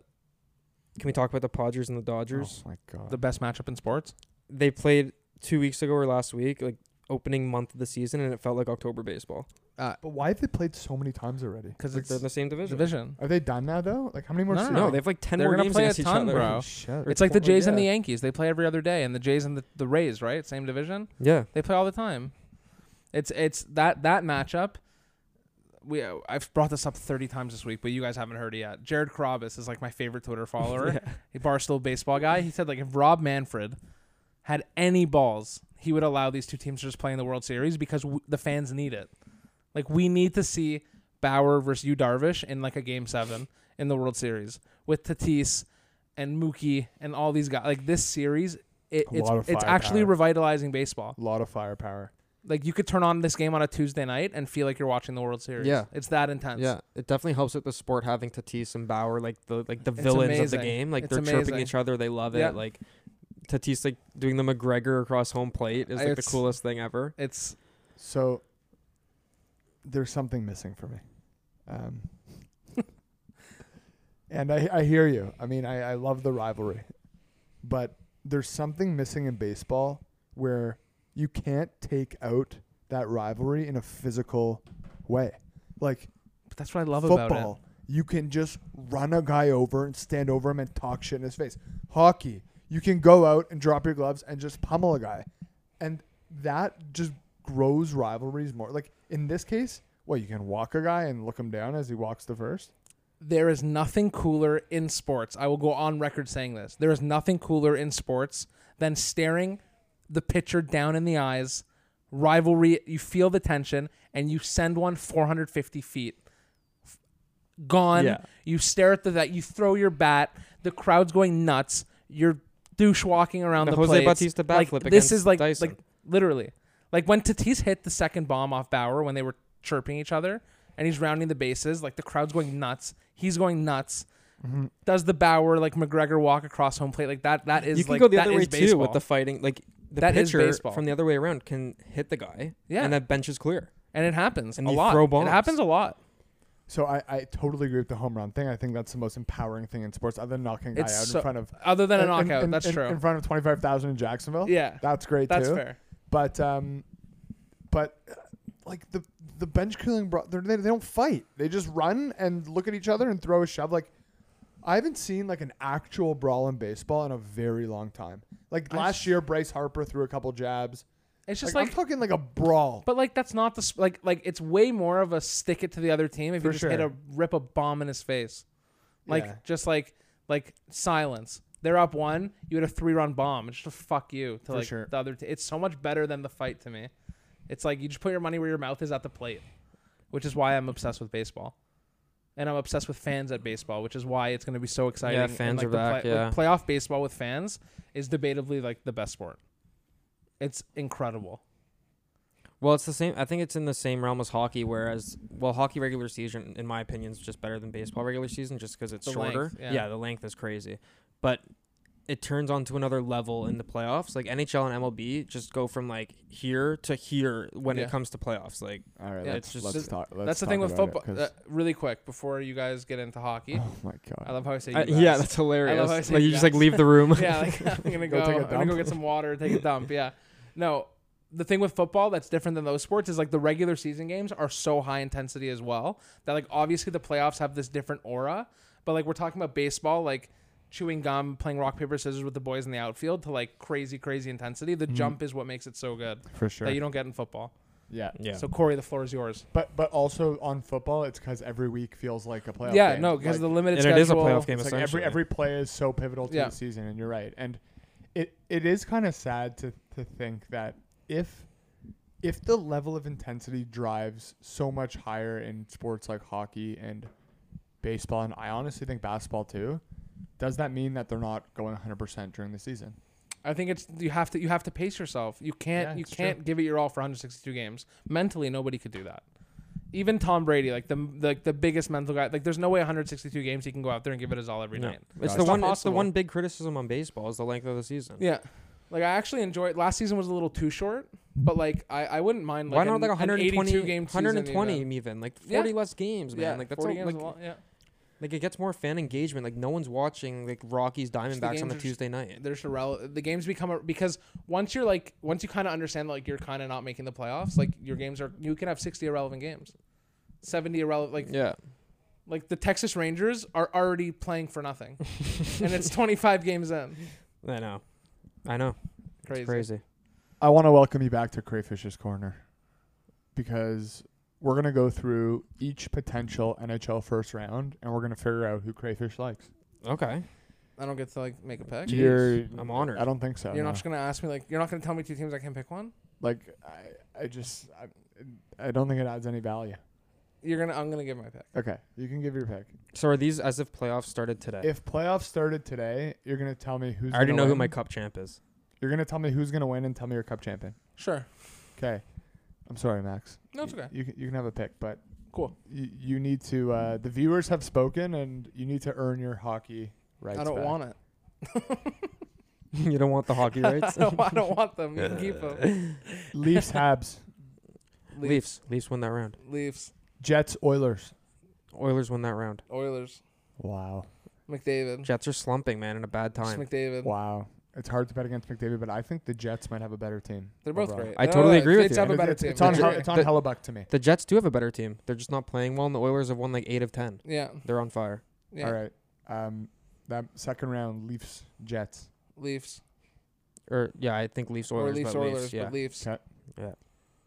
can we talk about the Podgers and the Dodgers? Oh my god. The best matchup in sports. They played two weeks ago or last week, like opening month of the season, and it felt like October baseball But why have they played so many times already? Because because it's they're in the same division. division. Are they done now though? Like how many more? No, no, series? No, they have like ten They're more gonna games play a against each ton, other. bro. Holy shit. It's like the Well, Jays and the yeah. Yankees. They play every other day, and the Jays and the, the Rays, right? Same division. Yeah, They play all the time. It's it's that that matchup. We uh, I've brought this up thirty times this week, but you guys haven't heard it yet. Jared Carabas is like my favorite Twitter follower, a Barstool baseball guy. He said like if Rob Manfred had any balls, he would allow these two teams to just play in the World Series because w- the fans need it. Like we need to see Bauer versus Yu Darvish in like a game seven in the World Series with Tatis and Mookie and all these guys. Like this series, it, A it's lot of it's actually firepower. revitalizing baseball. A lot of firepower. Like you could turn on this game on a Tuesday night and feel like you're watching the World Series. Yeah. it's that intense. yeah. It definitely helps with the sport having Tatis and Bauer, like the like the It's villains of the amazing. game. Like It's they're amazing. chirping each other. They love Yeah. it. Like Tatis like doing the McGregor across home plate is like the It's- coolest thing ever. it's So there's something missing for me. Um, and I, I hear you. I mean, I, I love the rivalry, but there's something missing in baseball where you can't take out that rivalry in a physical way. Like But that's what I love about football, you can just run a guy over and stand over him and talk shit in his face. Hockey, you can go out and drop your gloves and just pummel a guy, and that just grows rivalries more. Like in this case, well, you can walk a guy and look him down as he walks the first. it. There is nothing cooler in sports. I will go on record saying this. There is nothing cooler in sports than staring the pitcher down in the eyes, rivalry. You feel the tension, and you send one 450 feet. F- Gone. Yeah. You stare at the that. You throw your bat. The crowd's going nuts. You're douche walking around The the, Jose plates. Bautista bat like, flip This against is like Dyson. like literally like when Tatis hit the second bomb off Bauer when they were chirping each other and he's rounding the bases. Like the crowd's going nuts. He's going nuts. Mm-hmm. Does the Bauer like McGregor walk across home plate like that? That is you can like go the that other way is too baseball. with the fighting. Like the That is pitcher baseball. from the other way around can hit the guy, Yeah. and that bench is clear. and it happens And a you lot. throw It bombs. happens a lot. So I, I totally agree with the home run thing. I think that's the most empowering thing in sports, other than knocking a guy It's out so- in front of Other than a in- in- knockout, in- that's in- true. In front of twenty five thousand in Jacksonville, yeah, that's great that's too. fair. But um, but uh, like the the bench cooling, bro, they're- they they don't fight. They just run and look at each other and throw a shove. Like I haven't seen like an actual brawl in baseball in a very long time. Like I last year, Bryce Harper threw a couple jabs. It's just like, like, I'm talking like a brawl. but like that's not the sp- like like it's way more of a stick it to the other team if For you just hit sure. a rip a bomb in his face. Like Yeah. just like like silence. They're up one. You had a three run bomb. It's just a fuck you to For like sure. the other. T- it's so much better than the fight to me. It's like you just put your money where your mouth is at the plate, which is why I'm obsessed with baseball, and I'm obsessed with fans at baseball, which is why it's going to be so exciting. And, fans like, are the play- back, yeah. like, playoff baseball with fans is debatably like the best sport. It's incredible. Well, it's the same. I think it's in the same realm as hockey. Whereas, well, hockey regular season, in my opinion, is just better than baseball regular season, just because it's The length, shorter. yeah. the length is crazy, but it turns on to another level in the playoffs. Like NHL and MLB, just go from like here to here when Yeah. it comes to playoffs. Like All right, Yeah, let's- it's just- let's talk. That's the thing with football. Uh, really quick before you guys get into hockey, oh my god. I love how I say. You I- guys. Uh, yeah, that's hilarious. I Like say you you just like guys. leave the room. yeah, like I'm gonna go. Go take a I'm gonna go dump. get some water, take a dump. Yeah, no. The thing with football that's different than those sports is like the regular season games are so high intensity as well that like obviously the playoffs have this different aura, but like we're talking about baseball, like chewing gum, playing rock paper scissors with the boys in the outfield to like crazy crazy intensity. The jump is what makes it so good for sure. that you don't get in football. yeah. yeah. So Corey, the floor is yours. But but also on football, it's because every week feels like a playoff. yeah, game. no, because Like, the limited and it is a schedule- playoff game It's like every essentially. every play is so pivotal to Yeah. the season, and you're right. And it it is kind of sad to to think that if if the level of intensity drives so much higher in sports like hockey and baseball, and I honestly think basketball too, does that mean that they're not going 100 percent during the season? I think it's you have to you have to pace yourself. You can't Yeah, you it's true. can't give it your all for 162 games. Mentally, nobody could do that. Even Tom Brady, like the like the biggest mental guy, like there's no way 162 games he can go out there and give it his all every No. night. It's Gotcha. the It's one. It's the impossible. one big criticism on baseball is the length of the season. Yeah, like I actually enjoyed last season was a little too short, but like I, I wouldn't mind like Why not an- like an 120 82 game season 120 even. even. like Yeah. 40 less games, man. Yeah, like that's 40 all, games like is a lot, yeah. Like it gets more fan engagement. Like no one's watching like Rockies Diamondbacks games on are a just- Tuesday night. there's irrelevant. The games become a, because once you're like once you kind of understand like you're kind of not making the playoffs, like your games are you can have 60 irrelevant games, 70 irrelevant like Yeah, Like the Texas Rangers are already playing for nothing, and it's 25 games in. I know, I know. Crazy. It's crazy. I want to welcome you back to Crayfish's Corner because we're going to go through each potential NHL first round and we're going to figure out who Crayfish likes. Okay, I don't get to like make a pick. Jeez, You're- I'm Mm, honored. I don't think so. You're no. not just gonna ask me like you're not gonna tell me two teams I can't pick one. like I, I just I, I don't think it adds any value. You're gonna I'm gonna give my pick. Okay, you can give your pick. so are these as if playoffs started today? If playoffs started today, you're gonna tell me who's. I already gonna know who win. my cup champ is. You're gonna tell me who's gonna win and tell me your cup champion. Sure. Okay, I'm sorry, Max. No, it's okay. You can, you can have a pick, but Cool. you, you need to. Uh, the viewers have spoken, and you need to earn your hockey rights. I don't back. want it. you don't want the hockey rights. I, don't, I don't want them. You can keep them. Leafs, Habs, Leafs. Leafs win that round. Leafs, Jets, Oilers. Oilers win that round. Oilers, Wow, McDavid, Jets are slumping, man, in a bad Just time. McDavid. wow. it's hard to bet against McDavid, but I think the Jets might have a better team. They're both overall. great. I totally agree with it's you. Have a It's- better it's, team. it's on, for Hel- sure. it's on The- Hellebuck to me. The Jets do have a better team. They're just not playing well, and the Oilers have won like eight of ten. yeah. They're on fire. Yeah. All right. Um, that second round, Leafs, Jets. Leafs Or yeah, I think Leafs Oilers. or Leafs but Oilers, Leafs, yeah. but Leafs. Okay.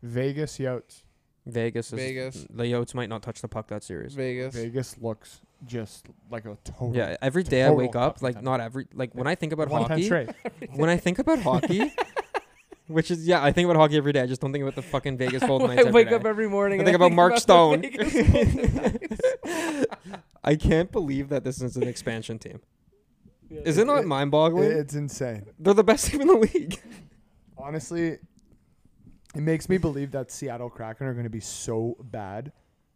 Vegas, Yotes. Vegas is Vegas. The Yotes might not touch the puck that series. Vegas. Vegas looks just like a total. Yeah, every day I total wake up, cup like contender. not every like when I think about One time hockey, straight. when I think about hockey, which is yeah, I think about hockey every day. I just don't think about the fucking Vegas Golden Knights I every wake day. up every I morning. and think about Mark Stone. the Vegas Golden Knights. I can't believe that this is an expansion team. Yeah. Is it not It- It- mind-boggling? It's insane. They're the best team in the league. Honestly, it makes me believe that Seattle Kraken are going to be so bad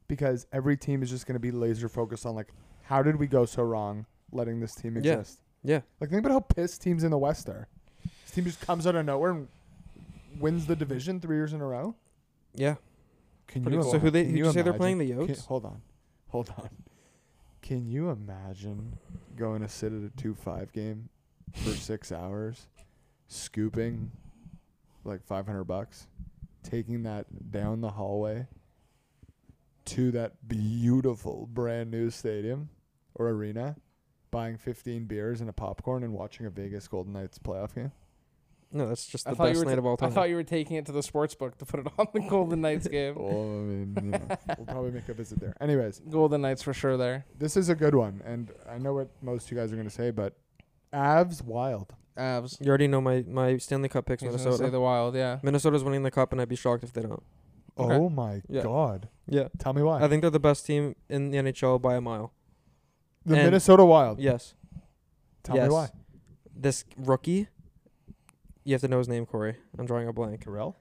because every team is just going to be laser focused on like, how did we go so wrong letting this team Yeah. exist? Yeah. Like think about how pissed teams in the West are. This team just comes out of nowhere and wins the division three years in a row. Yeah. Can Pretty you? cool. So ima- who they- can who'd you say they're playing, the Can- Yotes? hold on, hold on. Can you imagine going to sit at a two-five game for six hours, scooping like five hundred bucks, taking that down the hallway to that beautiful brand new stadium or arena, buying fifteen beers and a popcorn and watching a Vegas Golden Knights playoff game? No, that's just I the thought you best were night t- of all I time. thought you were taking it to the sports book to put it on the Golden Knights game. Well, I mean, you know, we'll probably make a visit there. Anyways. Golden Knights for sure there. This is a good one, and I know what most of you guys are going to say, but Avs wild. Avs. You already know my, my Stanley Cup picks, He's gonna say Minnesota. the Wild. Yeah. Minnesota's winning the cup, and I'd be shocked if they don't. Okay. Oh my Yeah. god! Yeah, Tell me why. I think they're the best team in the NHL by a mile. the and- Minnesota Wild. Yes, Tell yes. me why. this rookie. You have to know his name, Corey. I'm drawing a blank. Kirill.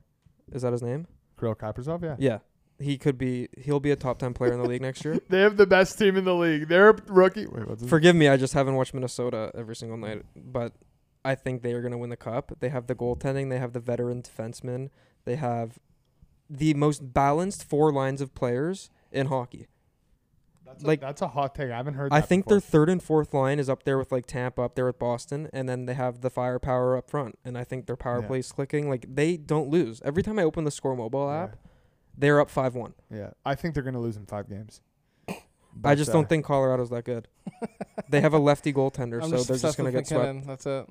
Is that his name? Kirill Kaprizov. Yeah. Yeah, he could be. He'll be a top ten player in the league next year. They have the best team in the league. Their rookie. Wait, what's his Forgive me, I just haven't watched Minnesota every single night, but I think they are going to win the cup. They have the goaltending, they have the veteran defensemen, they have the most balanced four lines of players in hockey. That's like- a, that's a hot take. I haven't heard. I that think before. their third and fourth line is up there with like Tampa, up there with Boston, and then they have the firepower up front. And I think their power Yeah. plays clicking. Like they don't lose. Every time I open the Score mobile Yeah. app, they're up five one. Yeah, I think they're going to lose in five games. I But, just uh, don't think Colorado's that good. they have a lefty goaltender, so I'm they're just obsessed going to with get swept. McKinnon. That's it.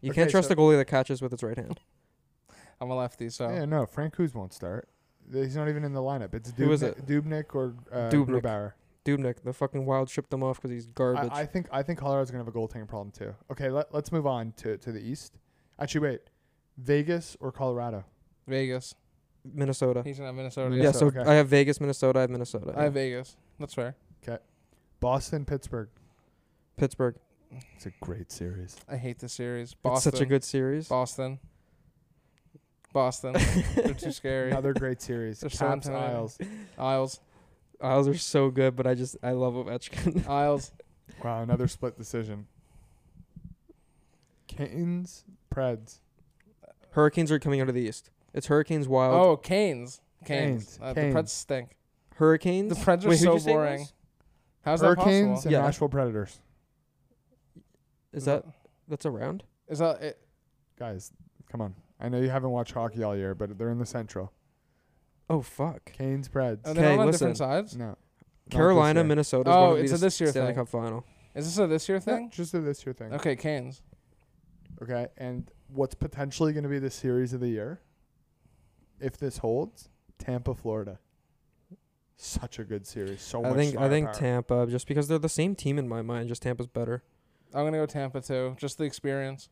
You Okay, can't trust so- a goalie that catches with its right hand. I'm a lefty, so Yeah, no. Frank Kuz won't start. He's not even in the lineup. It's Dubnik, Who is it? Dubnik or uh, Dubnik. Grubauer. Dubnik, the fucking wild shipped him off because he's garbage. I, I think I think Colorado's gonna have a goaltending problem too. Okay, let, let's move on to, to the East. Actually, wait, Vegas or Colorado? Vegas. Minnesota. He's gonna have Minnesota. Yeah, so Minnesota, okay. I have Vegas, Minnesota. I have Minnesota. I have yeah. Vegas. That's fair. Boston, Pittsburgh. Pittsburgh. It's a great series. I hate this series. Boston. It's such a good series. Boston. Boston. They're too scary. Another great series. They're so Caps, intimidating. Isles. Isles. Isles are so good, but I just I love Ovechkin. Isles. Wow, another split decision. Canes, Preds. Hurricanes are coming out of the East. It's Hurricanes, Wild. Oh, Canes. Canes. Canes. Uh, the Canes. Preds stink. Hurricanes. Oh, The Preds are Wait, who'd so you say it boring. was? How's that Hurricanes possible? and Yeah. Nashville Predators. Is that that's a round? is that it, Guys, come on. I know you haven't watched hockey all year, but they're in the Central. Oh fuck. Canes, Preds. are Okay, they all on different listen. sides? no. not this Carolina, year. Minnesota. Oh, going to it's be a the this year Stanley thing. Cup final. Is this a this year Yeah, thing? Uh, just a this year thing. Okay, Canes. Okay, and what's potentially going to be the series of the year, if this holds, Tampa, Florida. Such a good series. So I much think I think firepower. Tampa, just because they're the same team in my mind. Just Tampa's better, I'm gonna go Tampa too. Just the experience.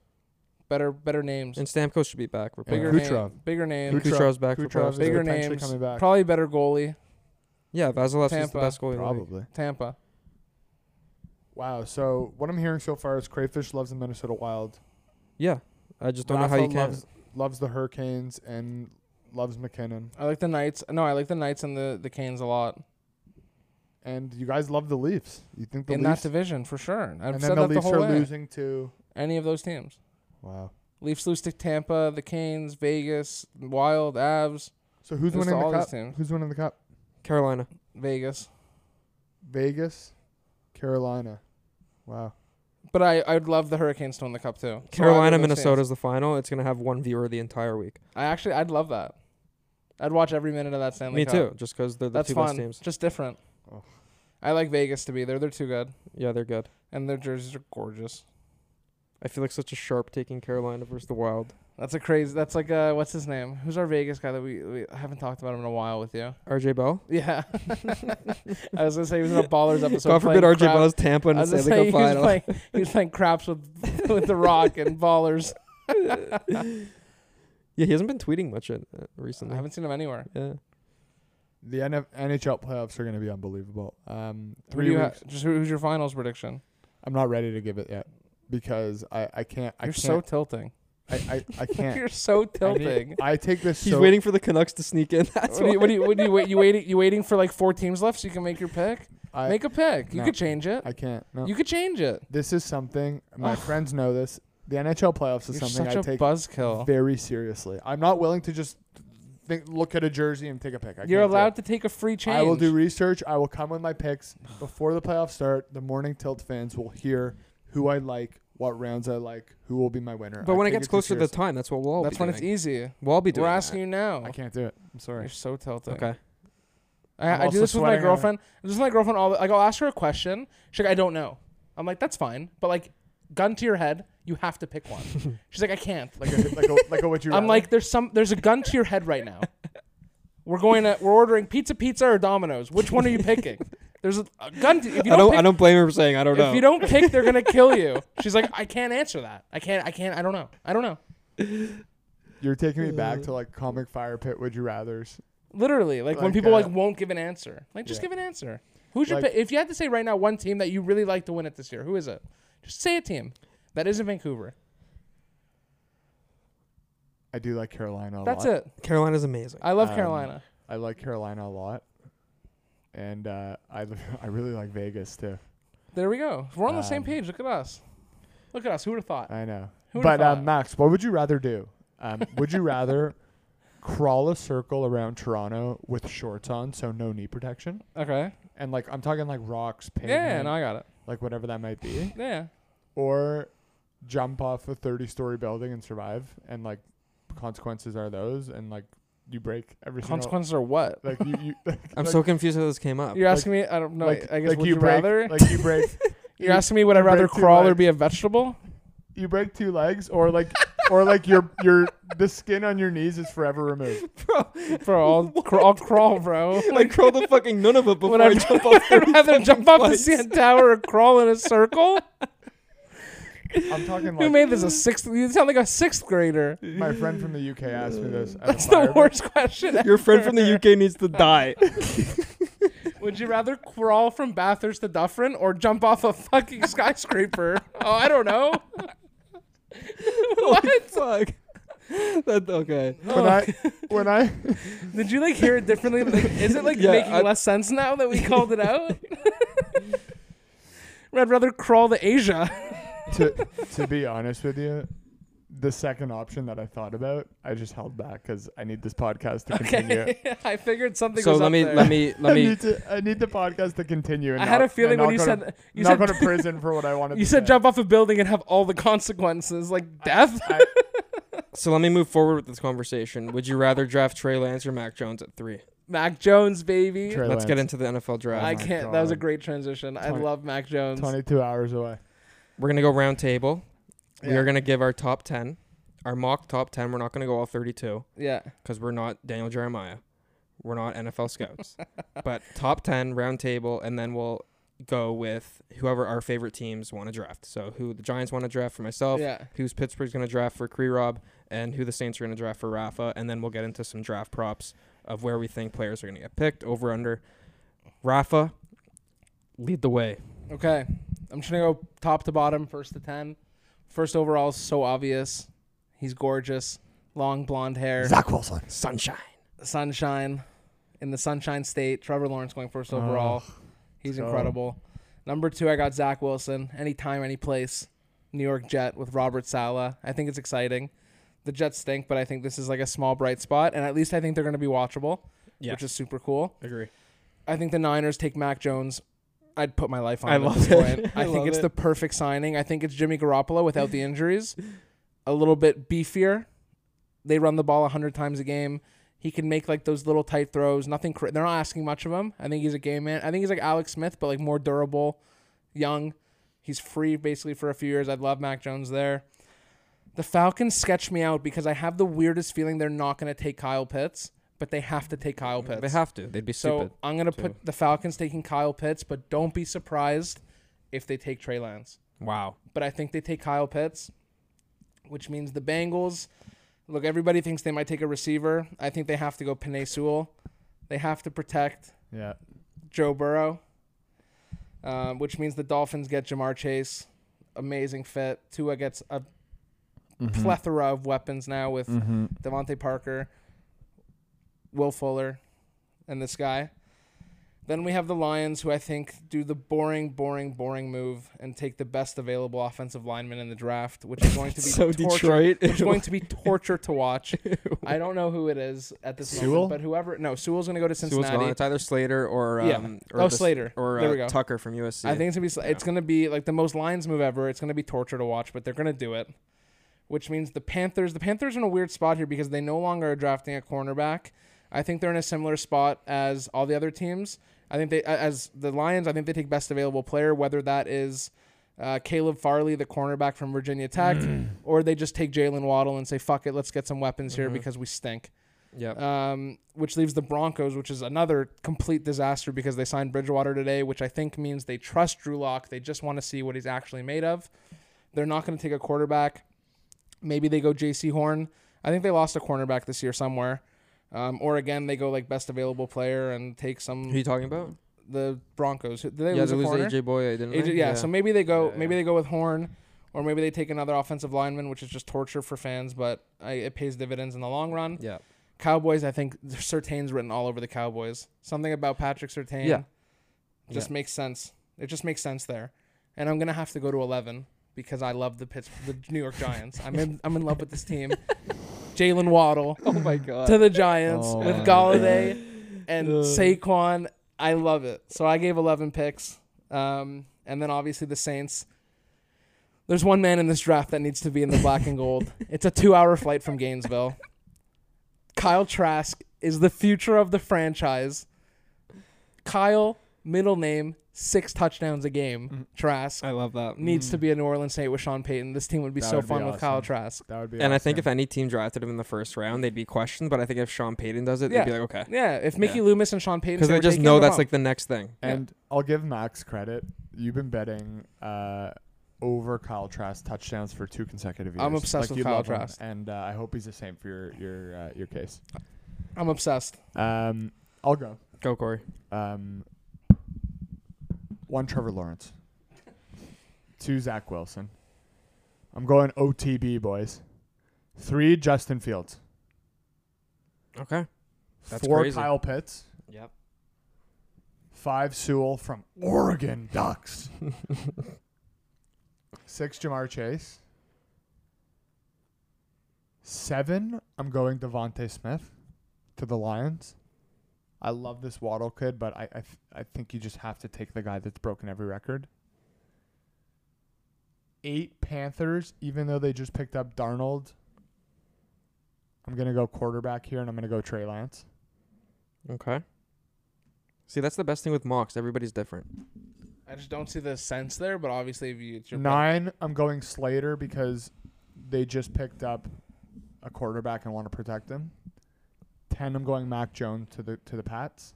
Better better names. and Stamkos should be back for Yeah. bigger playoffs. name- Kucherov. Bigger names. Kucherov- Kucherov's back for Kucherov's playoffs. Bigger too. potentially names. coming back. Probably better goalie. Yeah, Vasilevsky's the Tampa. best goalie. in the league. probably. Tampa. Wow. So what I'm hearing so far is Crayfish loves the Minnesota Wild. Yeah, I just don't know how you Rafa can. Loves, loves the Hurricanes and loves McKinnon. I like the Knights. No, I like the Knights and the, the Canes a lot. And you guys love the Leafs. You think the in Leafs? that division for sure. I've and said then the that the Leafs whole are way. losing to. Any of those teams. Wow. Leafs lose to Tampa, the Canes, Vegas, Wild, Avs, So who's Lose to winning the all these cup? teams. Who's winning the cup? Carolina. Vegas. Vegas, Carolina. Wow. But I, I'd love the Hurricanes to win the cup too. So either Carolina, of those Minnesota's teams. the final. It's gonna have one viewer the entire week. I actually, I'd love that. I'd watch every minute of that Stanley Me Cup. too, just because they're the That's two fun. best teams. Just different. Oh. I like Vegas to be there. They're too good, Yeah, they're good. and their jerseys are gorgeous. I feel like such a sharp taking Carolina versus the Wild. That's a crazy. That's like uh, what's his name? Who's our Vegas guy that we, we haven't talked about him in a while with you? RJ Bell. Yeah, I was gonna say he was in a Ballers episode. God forbid playing RJ crap- Bell's Tampa in I the was gonna Stanley say Cup he was final. playing, he was playing craps with with the Rock and Ballers. Yeah, he hasn't been tweeting much in, uh, recently. I haven't seen him anywhere. yeah. The NF- NHL playoffs are going to be unbelievable. Um, Who three do you weeks. ha- just who, who's your finals prediction? I'm not ready to give it yet because I, I can't. I You're can't. so tilting. I, I, I can't. You're I, so need- tilting. I take this. He's so, waiting for the Canucks to sneak in. That's What do you, what do you, what do you, wait, you waiting? You waiting for like four teams left so you can make your pick? I, make a pick. You no. could change it. I can't. No. You could change it. this is something my Ugh. friends know. This the NHL playoffs is You're something such I a take buzzkill. very seriously. I'm not willing to just think, look at a jersey and take a pick. I You're can't do it. allowed to take a free change. I will do research. I will come with my picks before the playoffs start. The morning tilt fans will hear who I like, what rounds I like, who will be my winner. But when it take gets too closer to the seriously. time, that's what we'll all That's be when doing. it's easy. We'll all be doing We're that. asking you now. I can't do it. I'm sorry. You're so tilting. Okay. I, I'm I do also this with my sweating on it. girlfriend. I do this with my girlfriend all the, like I'll ask her a question. She's like, I don't know. I'm like, that's fine. But like, gun to your head, you have to pick one. She's like, I can't. Like a, like a, like a what you I'm like, there's some there's a gun to your head right now. We're going to we're ordering pizza pizza or Domino's. Which one are you picking? There's a, a gun to if you I don't, don't. pick, I don't blame her for saying I don't if know. you don't pick, they're gonna kill you. She's like, I can't answer that. I can't I can't I don't know. I don't know. You're taking me back uh, to like comic fire pit would you rather's. Literally, like, when Like, people uh, like won't give an answer. Like just yeah. give an answer. Who's your Like- pick? if you had to say right now one team that you really like to win it this year, who is it? Just say a team. That isn't Vancouver. I do like Carolina a That's lot. it. Carolina's amazing. I love Um, Carolina. I like Carolina a lot. And uh, I I really like Vegas too. There we go. We're on the same um, page. Look at us. Look at us. Who would have thought? I know. Who would've but um, thought? Max, what would you rather do? Um, would you rather crawl a circle around Toronto with shorts on, so no knee protection, Okay. and like I'm talking like rocks, pavement, Yeah, no, I got it. like whatever that might be, Yeah. or jump off a 30-story building and survive, and like consequences are those, and like you break every single Consequences are what? like you, you like, I'm like, so confused how this came up. You're asking me. I don't know. uh, like, I guess like would you you, break, rather? like you break you're asking me would I you rather break two crawl or legs. be a vegetable? you break two legs or like or like your your the skin on your knees is forever removed. Bro, I'll, cra- I'll crawl, bro. I crawl the fucking none of it before When I I'm- jump off. I'd rather jump off the place. CN Tower or crawl in a Oh circle. I'm talking Who like made this a sixth? You sound like a sixth grader. my friend from the UK asked me this. at a That's the fire- worst question. Your friend from the UK needs to die. Would you rather crawl from Bathurst to Dufferin or jump off a fucking skyscraper? oh, I don't know. what? Fuck. That okay. When I Oh. when I Did you like hear it differently? Like, is it like Yeah, making I- less sense now that we called it out? I'd rather crawl to Asia. to to be honest with you, the second option that I thought about, I just held back because I need this podcast to continue. I figured something So was let up me there. let me I let me. need to, I need the podcast to continue. And I had not- a feeling and when not you go said to, you not said go to prison for what I wanted. you to said say. jump off a building and have all the consequences like death. I, So let me move forward with this conversation. Would you rather draft Trey Lance or Mac Jones at three? Mac Jones, baby. Trey Let's get Lance, into the NFL draft. I Oh my can't. That was a God. great transition. I Twenty- love Mac Jones. Twenty-two hours away. We're gonna go round table. We Yeah. are gonna give our top ten, our mock top ten. We're not gonna go all thirty-two Yeah. because we're not Daniel Jeremiah, we're not NFL scouts. but top ten round table, and then we'll go with whoever our favorite teams want to draft. So who the Giants want to draft for Oh. myself, Yeah. who's Pittsburgh's gonna draft for Kree Rob, and who the Saints are gonna draft for Rafa, and then we'll get into some draft props of where we think players are gonna get picked over under. Rafa, lead the way. Okay. I'm just gonna go top to bottom, first to ten. First overall is so obvious. He's gorgeous. Long blonde hair. Zach Wilson. Sunshine. sunshine in the sunshine state. Trevor Lawrence going first overall. He's go. incredible. Number two, I got Zach Wilson. Anytime, any place. New York Jet with Robert Sala. I think it's exciting. The Jets stink, but I think this is like a small bright spot, and at least I think they're going to be watchable, Yeah. which is super cool. Agree. I think the Niners take Mac Jones I'd put my life on I it at love this it. point. I I, think love it's it. the perfect signing. I think it's Jimmy Garoppolo without the injuries. A little bit beefier. They run the ball 100 times a game. He can make like those little tight throws. Nothing cra- they're not asking much of him. I think he's a game man. I think he's like Alex Smith but like more durable, young. He's free basically for a few years. I'd love Mac Jones there. The Falcons sketch me out because I have the weirdest feeling they're not going to take Kyle Pitts, but they have to take Kyle Pitts. They have to. They'd be So stupid. I'm gonna too. put the Falcons taking Kyle Pitts, but don't be surprised if they take Trey Lance. Wow. But I think they take Kyle Pitts, which means the Bengals. Look, everybody thinks they might take a receiver. I think they have to go Panay Sewell. They have to protect Yeah. Joe Burrow, um, which means the Dolphins get Jamar Chase, amazing fit. Tua gets a Mm-hmm. plethora of weapons now Mm-hmm. with Devontae Parker, Will Fuller, and this guy. Then we have the Lions, who I think do the boring, boring, boring move and take the best available offensive lineman in the draft, which is going to be So torture- Detroit. Which is going to be torture to watch. I don't know who it is at this Sewell? moment, but whoever. No, Sewell's going to go to Sewell's Cincinnati. gone. It's either Slater or um, Yeah. or Oh, this- Slater. or There we uh, go. Tucker from USC. I think it's gonna be sl- it's gonna be like the most Lions move ever. It's gonna be torture to watch, but they're gonna do it. Which means the Panthers. The Panthers are in a weird spot here because they no longer are drafting a cornerback. I think they're in a similar spot as all the other teams. I think they a- as the Lions. I think they take best available player, whether that is uh, Caleb Farley, the cornerback from Virginia Tech, or they just take Jalen Waddle and say fuck it, let's get some weapons here because we stink Yep. um, which leaves the Broncos, which is another complete disaster because they signed Bridgewater today, which I think means they trust Drew Lock. They just want to see what he's actually made of. They're not going to take a quarterback. Maybe they go J.C. Horn. I think they lost a cornerback this year somewhere. Um, or again, they go like best available player and take Who are some you talking about? the Broncos. Did they yeah, lose they a lose corner? AJ Boye, didn't AJ they? yeah, so maybe they go Yeah, maybe yeah. they go with Horn, or maybe they take another offensive lineman, which is just torture for fans, but I, it pays dividends in the long run. yeah. Cowboys, I think Sertain's written all over the Cowboys. Something about Patrick Sertain Yeah. just Yeah. makes sense. It just makes sense there. And I'm gonna have to go to eleven because I love the Pitts, the New York Giants. I'm in, I'm in love with this team. Jalen Waddle Oh my god. to the Giants Oh with my Galladay and Saquon. I love it. So I gave 11 picks. Um, and then obviously the Saints. There's one man in this draft that needs to be in the black and gold. It's a two hour flight from Gainesville. Kyle Trask is the future of the franchise. Kyle, middle name, six touchdowns a Mm. game. Trask I love that. needs to be a New Orleans Saint with Sean Payton. This team would be That so would be fun with Kyle awesome. Trask. That would be. And I think if awesome. any team drafted him in the first round, they'd be questioned. But I think if Sean Payton does it, Yeah. they'd be like, okay, Yeah, if Mickey Yeah. Loomis and Sean Payton because say they we're just taking know him, we're that's on. like the next thing. And I'll give Max credit. You've been betting uh, over Kyle Trask touchdowns for two consecutive years. I'm obsessed with you Kyle love him, Trask. and uh, I hope he's the same for your your uh, your case. I'm obsessed. Um, I'll go. Go Corey. Um, one Trevor Lawrence, two Zach Wilson. I'm going OTB boys. Three Justin Fields, Okay. That's four crazy. Kyle Pitts, Yep. five Sewell from Oregon Ducks, six Jamar Chase, seven. I'm going Devonte Smith to the Lions. I love this Waddle kid, but I I, th- I think you just have to take the guy that's broken every record. Eight Panthers, even though they just picked up Darnold. I'm gonna go quarterback here, and I'm gonna go Trey Lance. Okay. See, that's the best thing with mocks. Everybody's different. I just don't see the sense there, but obviously if you, it's your Nine, I'm going Slater because they just picked up a quarterback and want to protect him. Ten, I'm going Mac Jones to the to the Pats,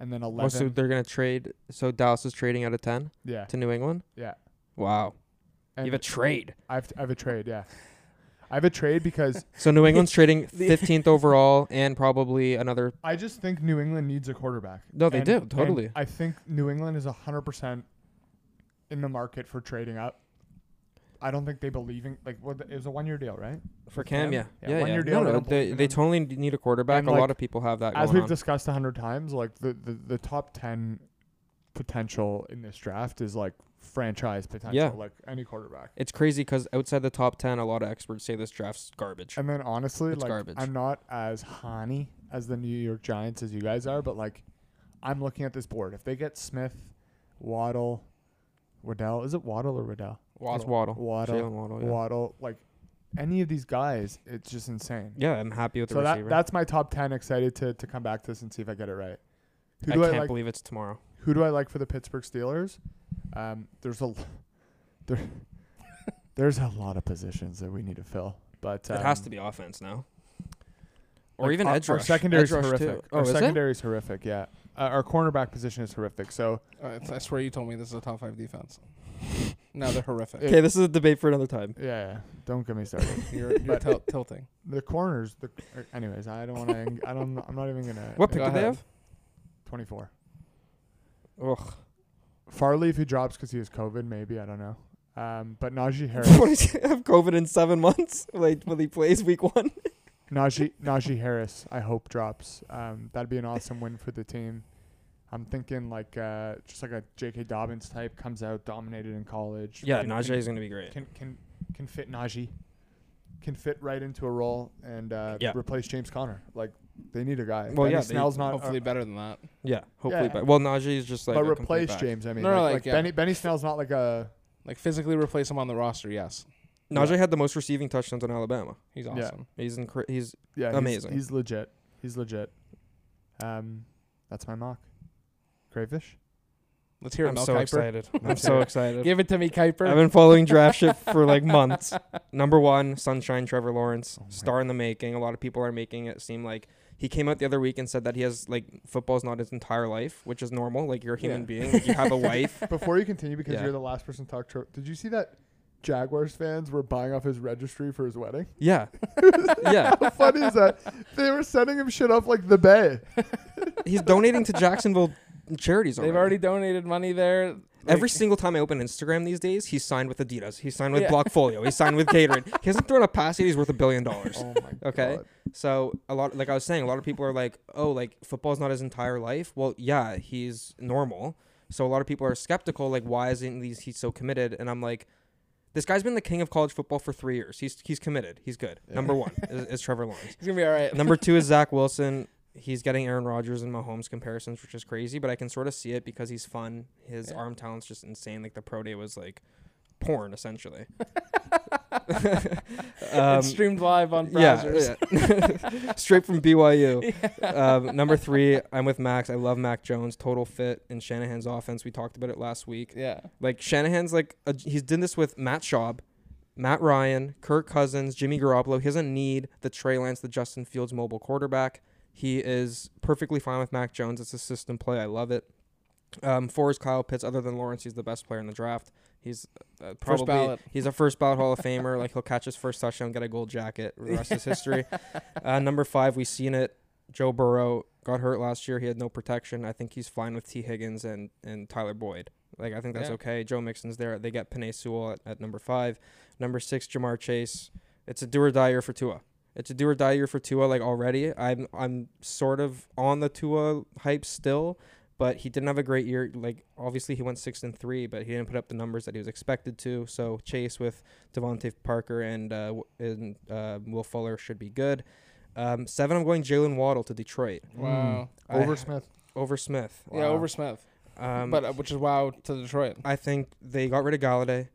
and then eleven. Oh, so they're gonna trade. So Dallas is trading out of ten yeah, to New England. yeah. Wow. And you have a trade. I have, I have a trade. Yeah, I have a trade because So New England's trading 15th overall and probably another. I just think New England needs a quarterback. No, they And- do, and totally. I think New England is hundred percent in the market for trading up. I don't think they believe in like what the, it was a one year deal, right? For Cam, yeah, Yeah, one year deal, No, I no, don't they, believe in they him. totally need a quarterback. And, a like, lot of people have that as going we've on. discussed a hundred times, like the, the the top ten potential in this draft is like franchise potential, Yeah. like any quarterback. it's crazy because outside the top ten, a lot of experts say this draft's garbage. And then honestly, It's like garbage. I'm not as Hani as the New York Giants as you guys are, but like I'm looking at this board. If they get Smith, Waddle, Waddell. Is it Waddle or Waddell? It's Waddle. Waddle. Jalen Waddle. Yeah. Waddle. Like any of these guys, it's just insane. yeah, I'm happy with the So that, receiver. that's my top ten. Excited to, to come back to this and see if I get it right. Who I do I, can't like? believe it's tomorrow. Who do I like for the Pittsburgh Steelers? Um, there's a l- there, there's a lot of positions that we need to fill, but um, it has to be offense now, or like, even our, edge Our rush. secondary is Edge rush, too. horrific. Oh, our is it? secondary is horrific. Yeah, uh, our cornerback position is horrific. So Uh, I swear you told me this is a top five defense. No, they're horrific. Okay, this is a debate for another time. yeah, yeah don't get me started. You're, you're But- til- tilting. the corners. The uh, anyways, I don't want to. I don't. I'm not even gonna. What pick Go did they ahead. have? Twenty four. Ugh. Farley, if he drops because he has COVID, maybe I don't know. Um, but Najee Harris. What is have COVID in seven months? Like when he plays week one. Najee Najee Harris, I hope drops. Um, that'd be an awesome win for the team. I'm thinking like uh, just like a J.K. Dobbins type comes out dominated in college. Yeah, Can- Najee is gonna be great. can can can, can fit Najee, can fit right into a role and uh, Yeah. replace James Conner. Like they need a guy. Well, Benny yeah, they- Snell's not. Hopefully uh, better than that. Yeah, hopefully. Yeah. But, well, Najee is just like but a complete replace back. James. I mean, No, like, no, like, like yeah. Benny Benny Snell's not like a Like physically replace him on the roster. Yes, Najee had the most receiving touchdowns in Alabama. he's Yeah. awesome. He's incre- he's yeah. he's- Amazing. He's, legit. He's legit. Um, that's my mock. Crayfish. Let's hear it, I'm Mel so Kiper. excited. I'm so excited. Give it to me, I've Kuiper. been following draft shit for like months. Number one, Sunshine Trevor Lawrence, Oh my star in the making. A lot of people are making it seem like he came out the other week and said that he has like football's not his entire life, which is normal. Like you're a human Yeah. being, like, you have a wife. Before you continue, because Yeah. you're the last person to talk, Tro- did you see that Jaguars fans were buying off his registry for his wedding? Yeah, yeah. How funny is that? They were sending him shit off like the bay. He's donating to Jacksonville charities. They've already donated money there. Every Like, single time I open Instagram these days, he's signed with Adidas. He's signed with Yeah. Blockfolio. He's signed with Gatorade. He hasn't thrown a pass yet. He's worth a billion dollars. Oh my Okay. God. So a lot, like I was saying, a lot of people are like, "Oh, like football's not his entire life." Well, yeah, he's normal. So a lot of people are skeptical, like, "Why isn't these, he's so committed?" And I'm like, "This guy's been the king of college football for three years. He's he's committed. He's good. Number one is, is Trevor Lawrence. he's gonna be all right. Number two is Zach Wilson. He's getting Aaron Rodgers and Mahomes comparisons, which is crazy, but I can sort of see it because he's fun. His Yeah. arm talent's just insane. Like the pro day was like porn, essentially. Um, it's streamed live on yeah, browsers. yeah. straight from BYU. Um, number three, I'm with Max. I love Mac Jones. Total fit in Shanahan's offense. We talked about it last week. Yeah. Like Shanahan's like a, he's done this with Matt Schaub, Matt Ryan, Kirk Cousins, Jimmy Garoppolo. He doesn't need the Trey Lance, the Justin Fields mobile quarterback. He is perfectly fine with Mac Jones. It's a system play. I love it. Um, four is Kyle Pitts. Other than Lawrence, he's the best player in the draft. He's uh, probably ballot. he's a first ballot Hall of Famer. Like he'll catch his first touchdown, get a gold jacket. The rest is history. Uh, number five, we've seen it. Joe Burrow got hurt last year. He had no protection. I think he's fine with T. Higgins and, and Tyler Boyd. Like I think that's Yeah. okay. Joe Mixon's there. They get Panay Sewell at, at number five. Number six, Jamar Chase. It's a do or die year for Tua. It's a do or die year for Tua. Like already, I'm I'm sort of on the Tua hype still, but he didn't have a great year. Like obviously he went six and three, but he didn't put up the numbers that he was expected to. So Chase with Devontae Parker and uh, w- and uh, Will Fuller should be good. Um, seven, I'm going Jalen Waddle to Detroit Wow. Mm. I- Over Smith. over Smith. Yeah, Wow. over Smith, Um, but uh, which is wow to Detroit. I think they got rid of Galladay,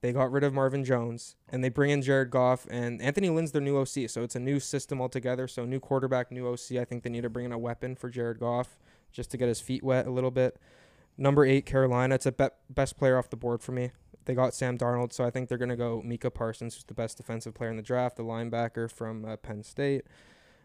they got rid of Marvin Jones, and they bring in Jared Goff and Anthony Lynn's their new OC. So it's a new system altogether. So new quarterback, new OC. I think they need to bring in a weapon for Jared Goff just to get his feet wet a little bit. Number eight, Carolina. It's a be- best player off the board for me. They got Sam Darnold, so I think they're going to go Mika Parsons, who's the best defensive player in the draft, the linebacker from uh, Penn State.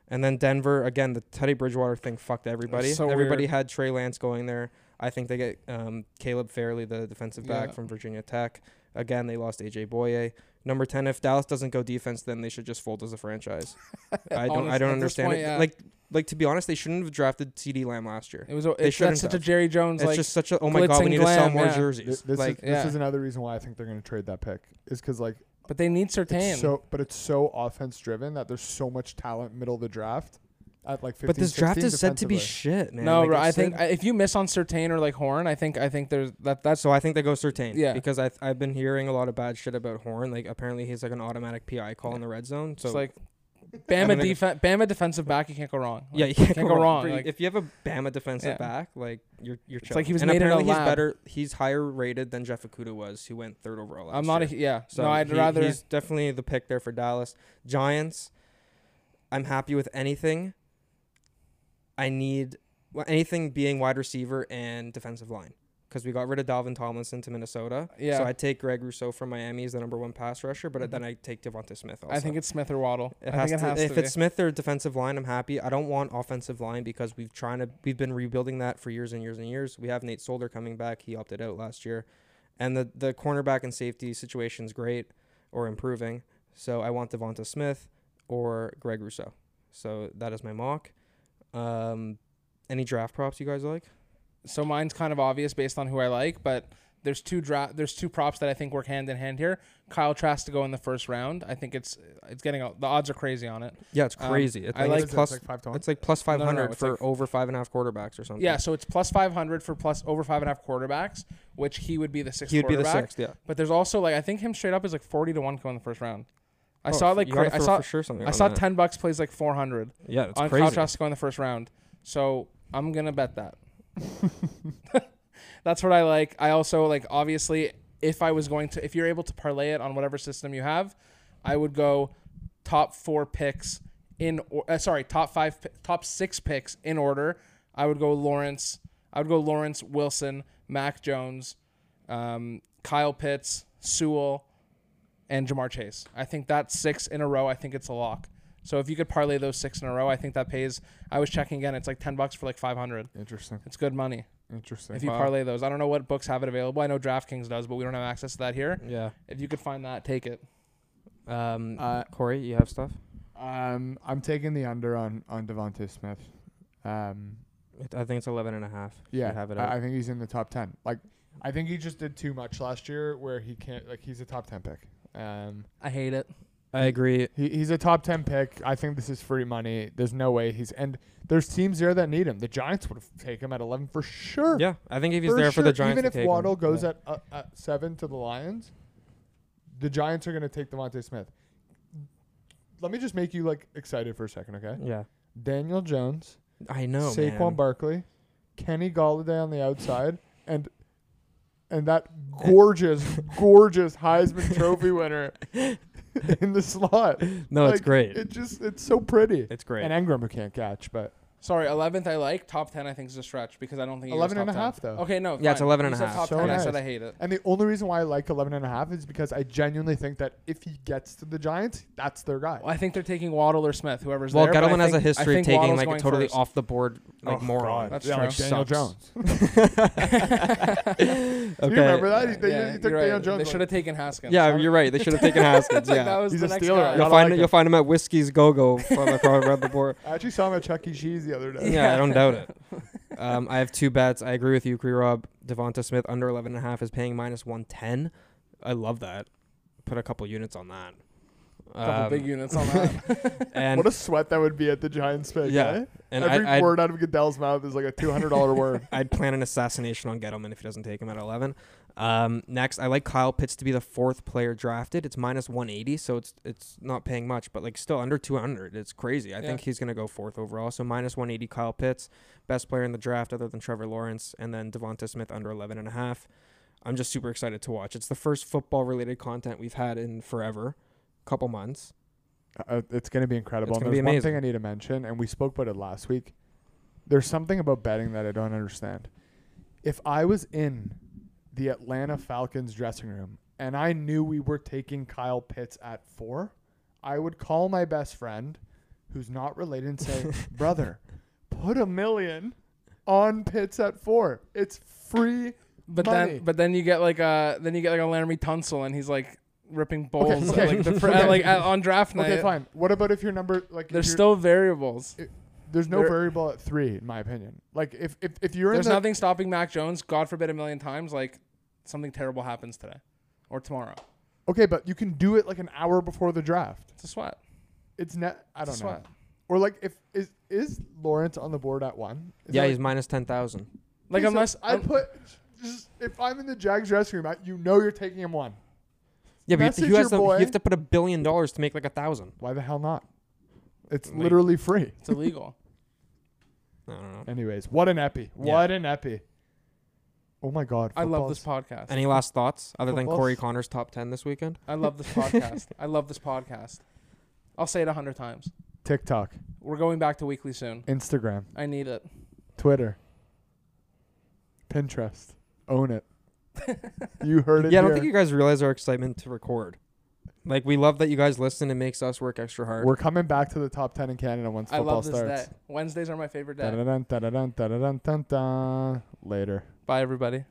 And then Denver, again, the Teddy Bridgewater thing fucked everybody. so everybody weird. had Trey Lance going there. I think they get um, Caleb Fairley, the defensive back Yeah. from Virginia Tech. Again, they lost AJ Boye. Number ten, if Dallas doesn't go defense, then they should just fold as a franchise. I don't, Honest- I at don't this understand point, it. yeah. Like, like to be honest, they shouldn't have drafted CD Lamb last year. It was a, They it's, that's shouldn't such have. a Jerry Jones It's like. just such a oh my glitz god, we and need to sell glam, more yeah. Th- jerseys. This, like is, this yeah. is another reason why I think they're going to trade that pick is because like but they need it's Sertan. so, but it's so offense driven that there's so much talent middle of the draft at like 15, but this draft 16 is said to be defensively. shit, man. no, Like, bro. it's I think said- I, if you miss on Sertain or like Horn, I think I think there's that. That's so I think they go Sertain. Yeah. Because I I've been hearing a lot of bad shit about Horn. Like apparently he's like an automatic PI call in the red zone. So it's like Bama think- defen Bama defensive back, you can't go wrong. Like, yeah, you can't, can't go, go wrong, Pretty- like- if you have a Bama defensive Yeah. back, like you're you're. It's like chilling. he was and made in a apparently he's lab. better. He's higher rated than Jeff Okuda was, who went third overall. Last I'm not a year. yeah. So no, I'd he- rather He's definitely the pick there for Dallas Giants. I'm happy with anything. I need well, anything being wide receiver and defensive line because we got rid of Dalvin Tomlinson to Minnesota. Yeah. Mm-hmm. So I take Greg Rousseau from Miami as the number one pass rusher, but then I take Devonta Smith. Also. I think it's Smith or Waddle. It I has think to, it has if to it's Smith or defensive line, I'm happy. I don't want offensive line because we've trying to we've been rebuilding that for years and years and years. We have Nate Solder coming back. He opted out last year, and the the cornerback and safety situation's great or improving. So I want Devonta Smith or Greg Rousseau. So that is my mock. Um, any draft props you guys like? be. So mine's kind of obvious based on who I like, but there's two dra- there's two props that I think work hand in hand here. Kyle Trask to go in the first round. I think it's it's getting a, the odds are crazy on it. Yeah, it's Um, crazy. I I like- like It's plus. like five to one. It's like plus No, no, five no, hundred it's for like- over five and a half quarterbacks or something. Yeah, so it's plus 500 for plus over five and a half quarterbacks, which he would be the sixth. he would be the quarterback. sixth. Yeah, But there's also like I think him straight up is like 40 to one go in the first round. I Oh, saw like you gotta cra- I throw saw for sure something. I on saw that. 10 bucks plays like 400 Yeah, it's on crazy. Kyle Trask to go in the first round. So I'm gonna bet that. That's what I like. I also like obviously if I was going to if you're able to parlay it on whatever system you have, I would go top four picks in or uh, sorry top five pi- top six picks in order. I would go Lawrence. I would go Lawrence Wilson, Mac Jones, um, Kyle Pitts, Sewell, and Jamar Chase. I think that's six in a row. I think it's a lock. So if you could parlay those six in a row, I think that pays. I was checking again. It's like ten bucks for like five hundred. Interesting. It's good money Interesting. if you parlay those. I don't know what books have it available. I know DraftKings does, but we don't have access to that here. Yeah. If you could find that, take it. Um, Uh, Corey, you have stuff. um, I'm taking the under on on Devonte Smith. Um, It- I think it's 11 and a half. if you yeah, have it. I, up. I think he's in the top ten. Like, I think he just did too much last year, where he can't. Like, he's a top ten pick. Um, I hate it. I agree. He, he's a top 10 pick. I think this is free money. There's no way he's. And there's teams there that need him. The Giants would take him at 11 for sure. Yeah, I think if he's there for the Giants, Even to if take him. Waddle goes Yeah. at, uh, at 7 to the Lions, the Giants are going to take Devontae Smith. Let me just make you like excited for a second, okay? yeah, Daniel Jones, I know. Saquon man. Barkley, Kenny Galladay on the outside, and and that gorgeous, gorgeous Heisman Trophy winner in the slot. No, it's Like, great. It just it's so pretty. it's great. And Engram who can't catch, but Sorry, eleventh I like. Top ten I think is a stretch because I don't think he goes 11 and a top half 10. though. Okay, no. Yeah, it's fine. 11 You and a said half. Top So ten. I nice. said I hate it. And the only reason why I like 11 and a half is because I genuinely think that if he gets to the Giants, that's their guy. Well, I think they're taking Waddle or Smith, whoever's well, there. but I Gettleman has a think- I history of think taking Waddle's like a going totally first. off the board like Oh, moron. God. That's Yeah, true. like Daniel Sucks. Jones. okay. Do you remember that? He- They, Yeah, he took you're Daniel right. Jones. They like- should have taken Haskins. Yeah, you're right. They should have taken Haskins. Like, that Yeah, was He's the a next stealer. guy. you'll I find like you'll him. find him at Whiskey's Go Go from around the board. I actually saw him at Chuck E. Cheese the other day. Yeah, I don't doubt it. Um, I have two bets. I agree with you, Cree Rob. Devonta Smith under 11 and a half is paying minus 110. I love that. Put a couple units on that. Couple Um, big units on that. and What a sweat that would be at the Giants pick. Yeah. eh? and Every I, I'd, word out of Goodell's mouth is like a $200 word. I'd plan an assassination on Gettleman if he doesn't take him at 11. Um, next, I like Kyle Pitts to be the fourth player drafted. It's minus 180, so it's it's not paying much, but like still under 200. It's crazy. I Yeah. think he's gonna go fourth overall. So minus 180, Kyle Pitts, best player in the draft other than Trevor Lawrence, and then Devonta Smith under 11 and a half. I'm just super excited to watch. It's the first football related content we've had in forever, couple months. Uh, it's going to be incredible. It's And gonna be there's one amazing. thing I need to mention, and we spoke about it last week. There's something about betting that I don't understand. If I was in the Atlanta Falcons dressing room and I knew we were taking Kyle Pitts at four, I would call my best friend, who's not related, and say, "Brother, put a million on Pitts at four. It's free." But Money. then, but then you get like a then you get like a Laramie Tunsil, and he's like ripping bowls okay. At like the fr- Okay. at, like at, on draft night. Okay, fine. What about if your number like if There's you're- still variables. there's no there- variable at three in my opinion. Like if if, if you're There's in the, nothing stopping Mac Jones. God forbid a million times, like something terrible happens today or tomorrow. Okay, but you can do it like an hour before the draft. It's a sweat. It's net. I don't It's a know. sweat. Or like if is is Lawrence on the board at one? Is yeah, that he's minus 10,000. Like Okay, so unless I un- put just if I'm in the Jags dressing room, I, you know you're taking him one. Yeah, but you have, to, Message you, your have to, you boy. have to put a billion dollars to make like a thousand. Why the hell not? It's Wait. literally free. It's illegal. I don't know. Anyways, what an epi. What an epi. Oh my god. I love this football's- podcast. Any last thoughts other than Football's- Corey Connor's top ten this weekend? I love this podcast. I love this podcast. I'll say it a hundred times. TikTok, We're going back to weekly soon. Instagram, I need it. Twitter, Pinterest. Own it. you heard it Yeah, I here. don't think you guys realize our excitement to record. Like we love that you guys listen. It makes us work extra hard. We're coming back to the top 10 in Canada once I football love this starts. day. Wednesdays are my favorite day. Dun-dun-dun, dun-dun-dun, dun-dun-dun, dun-dun. Later. Bye everybody.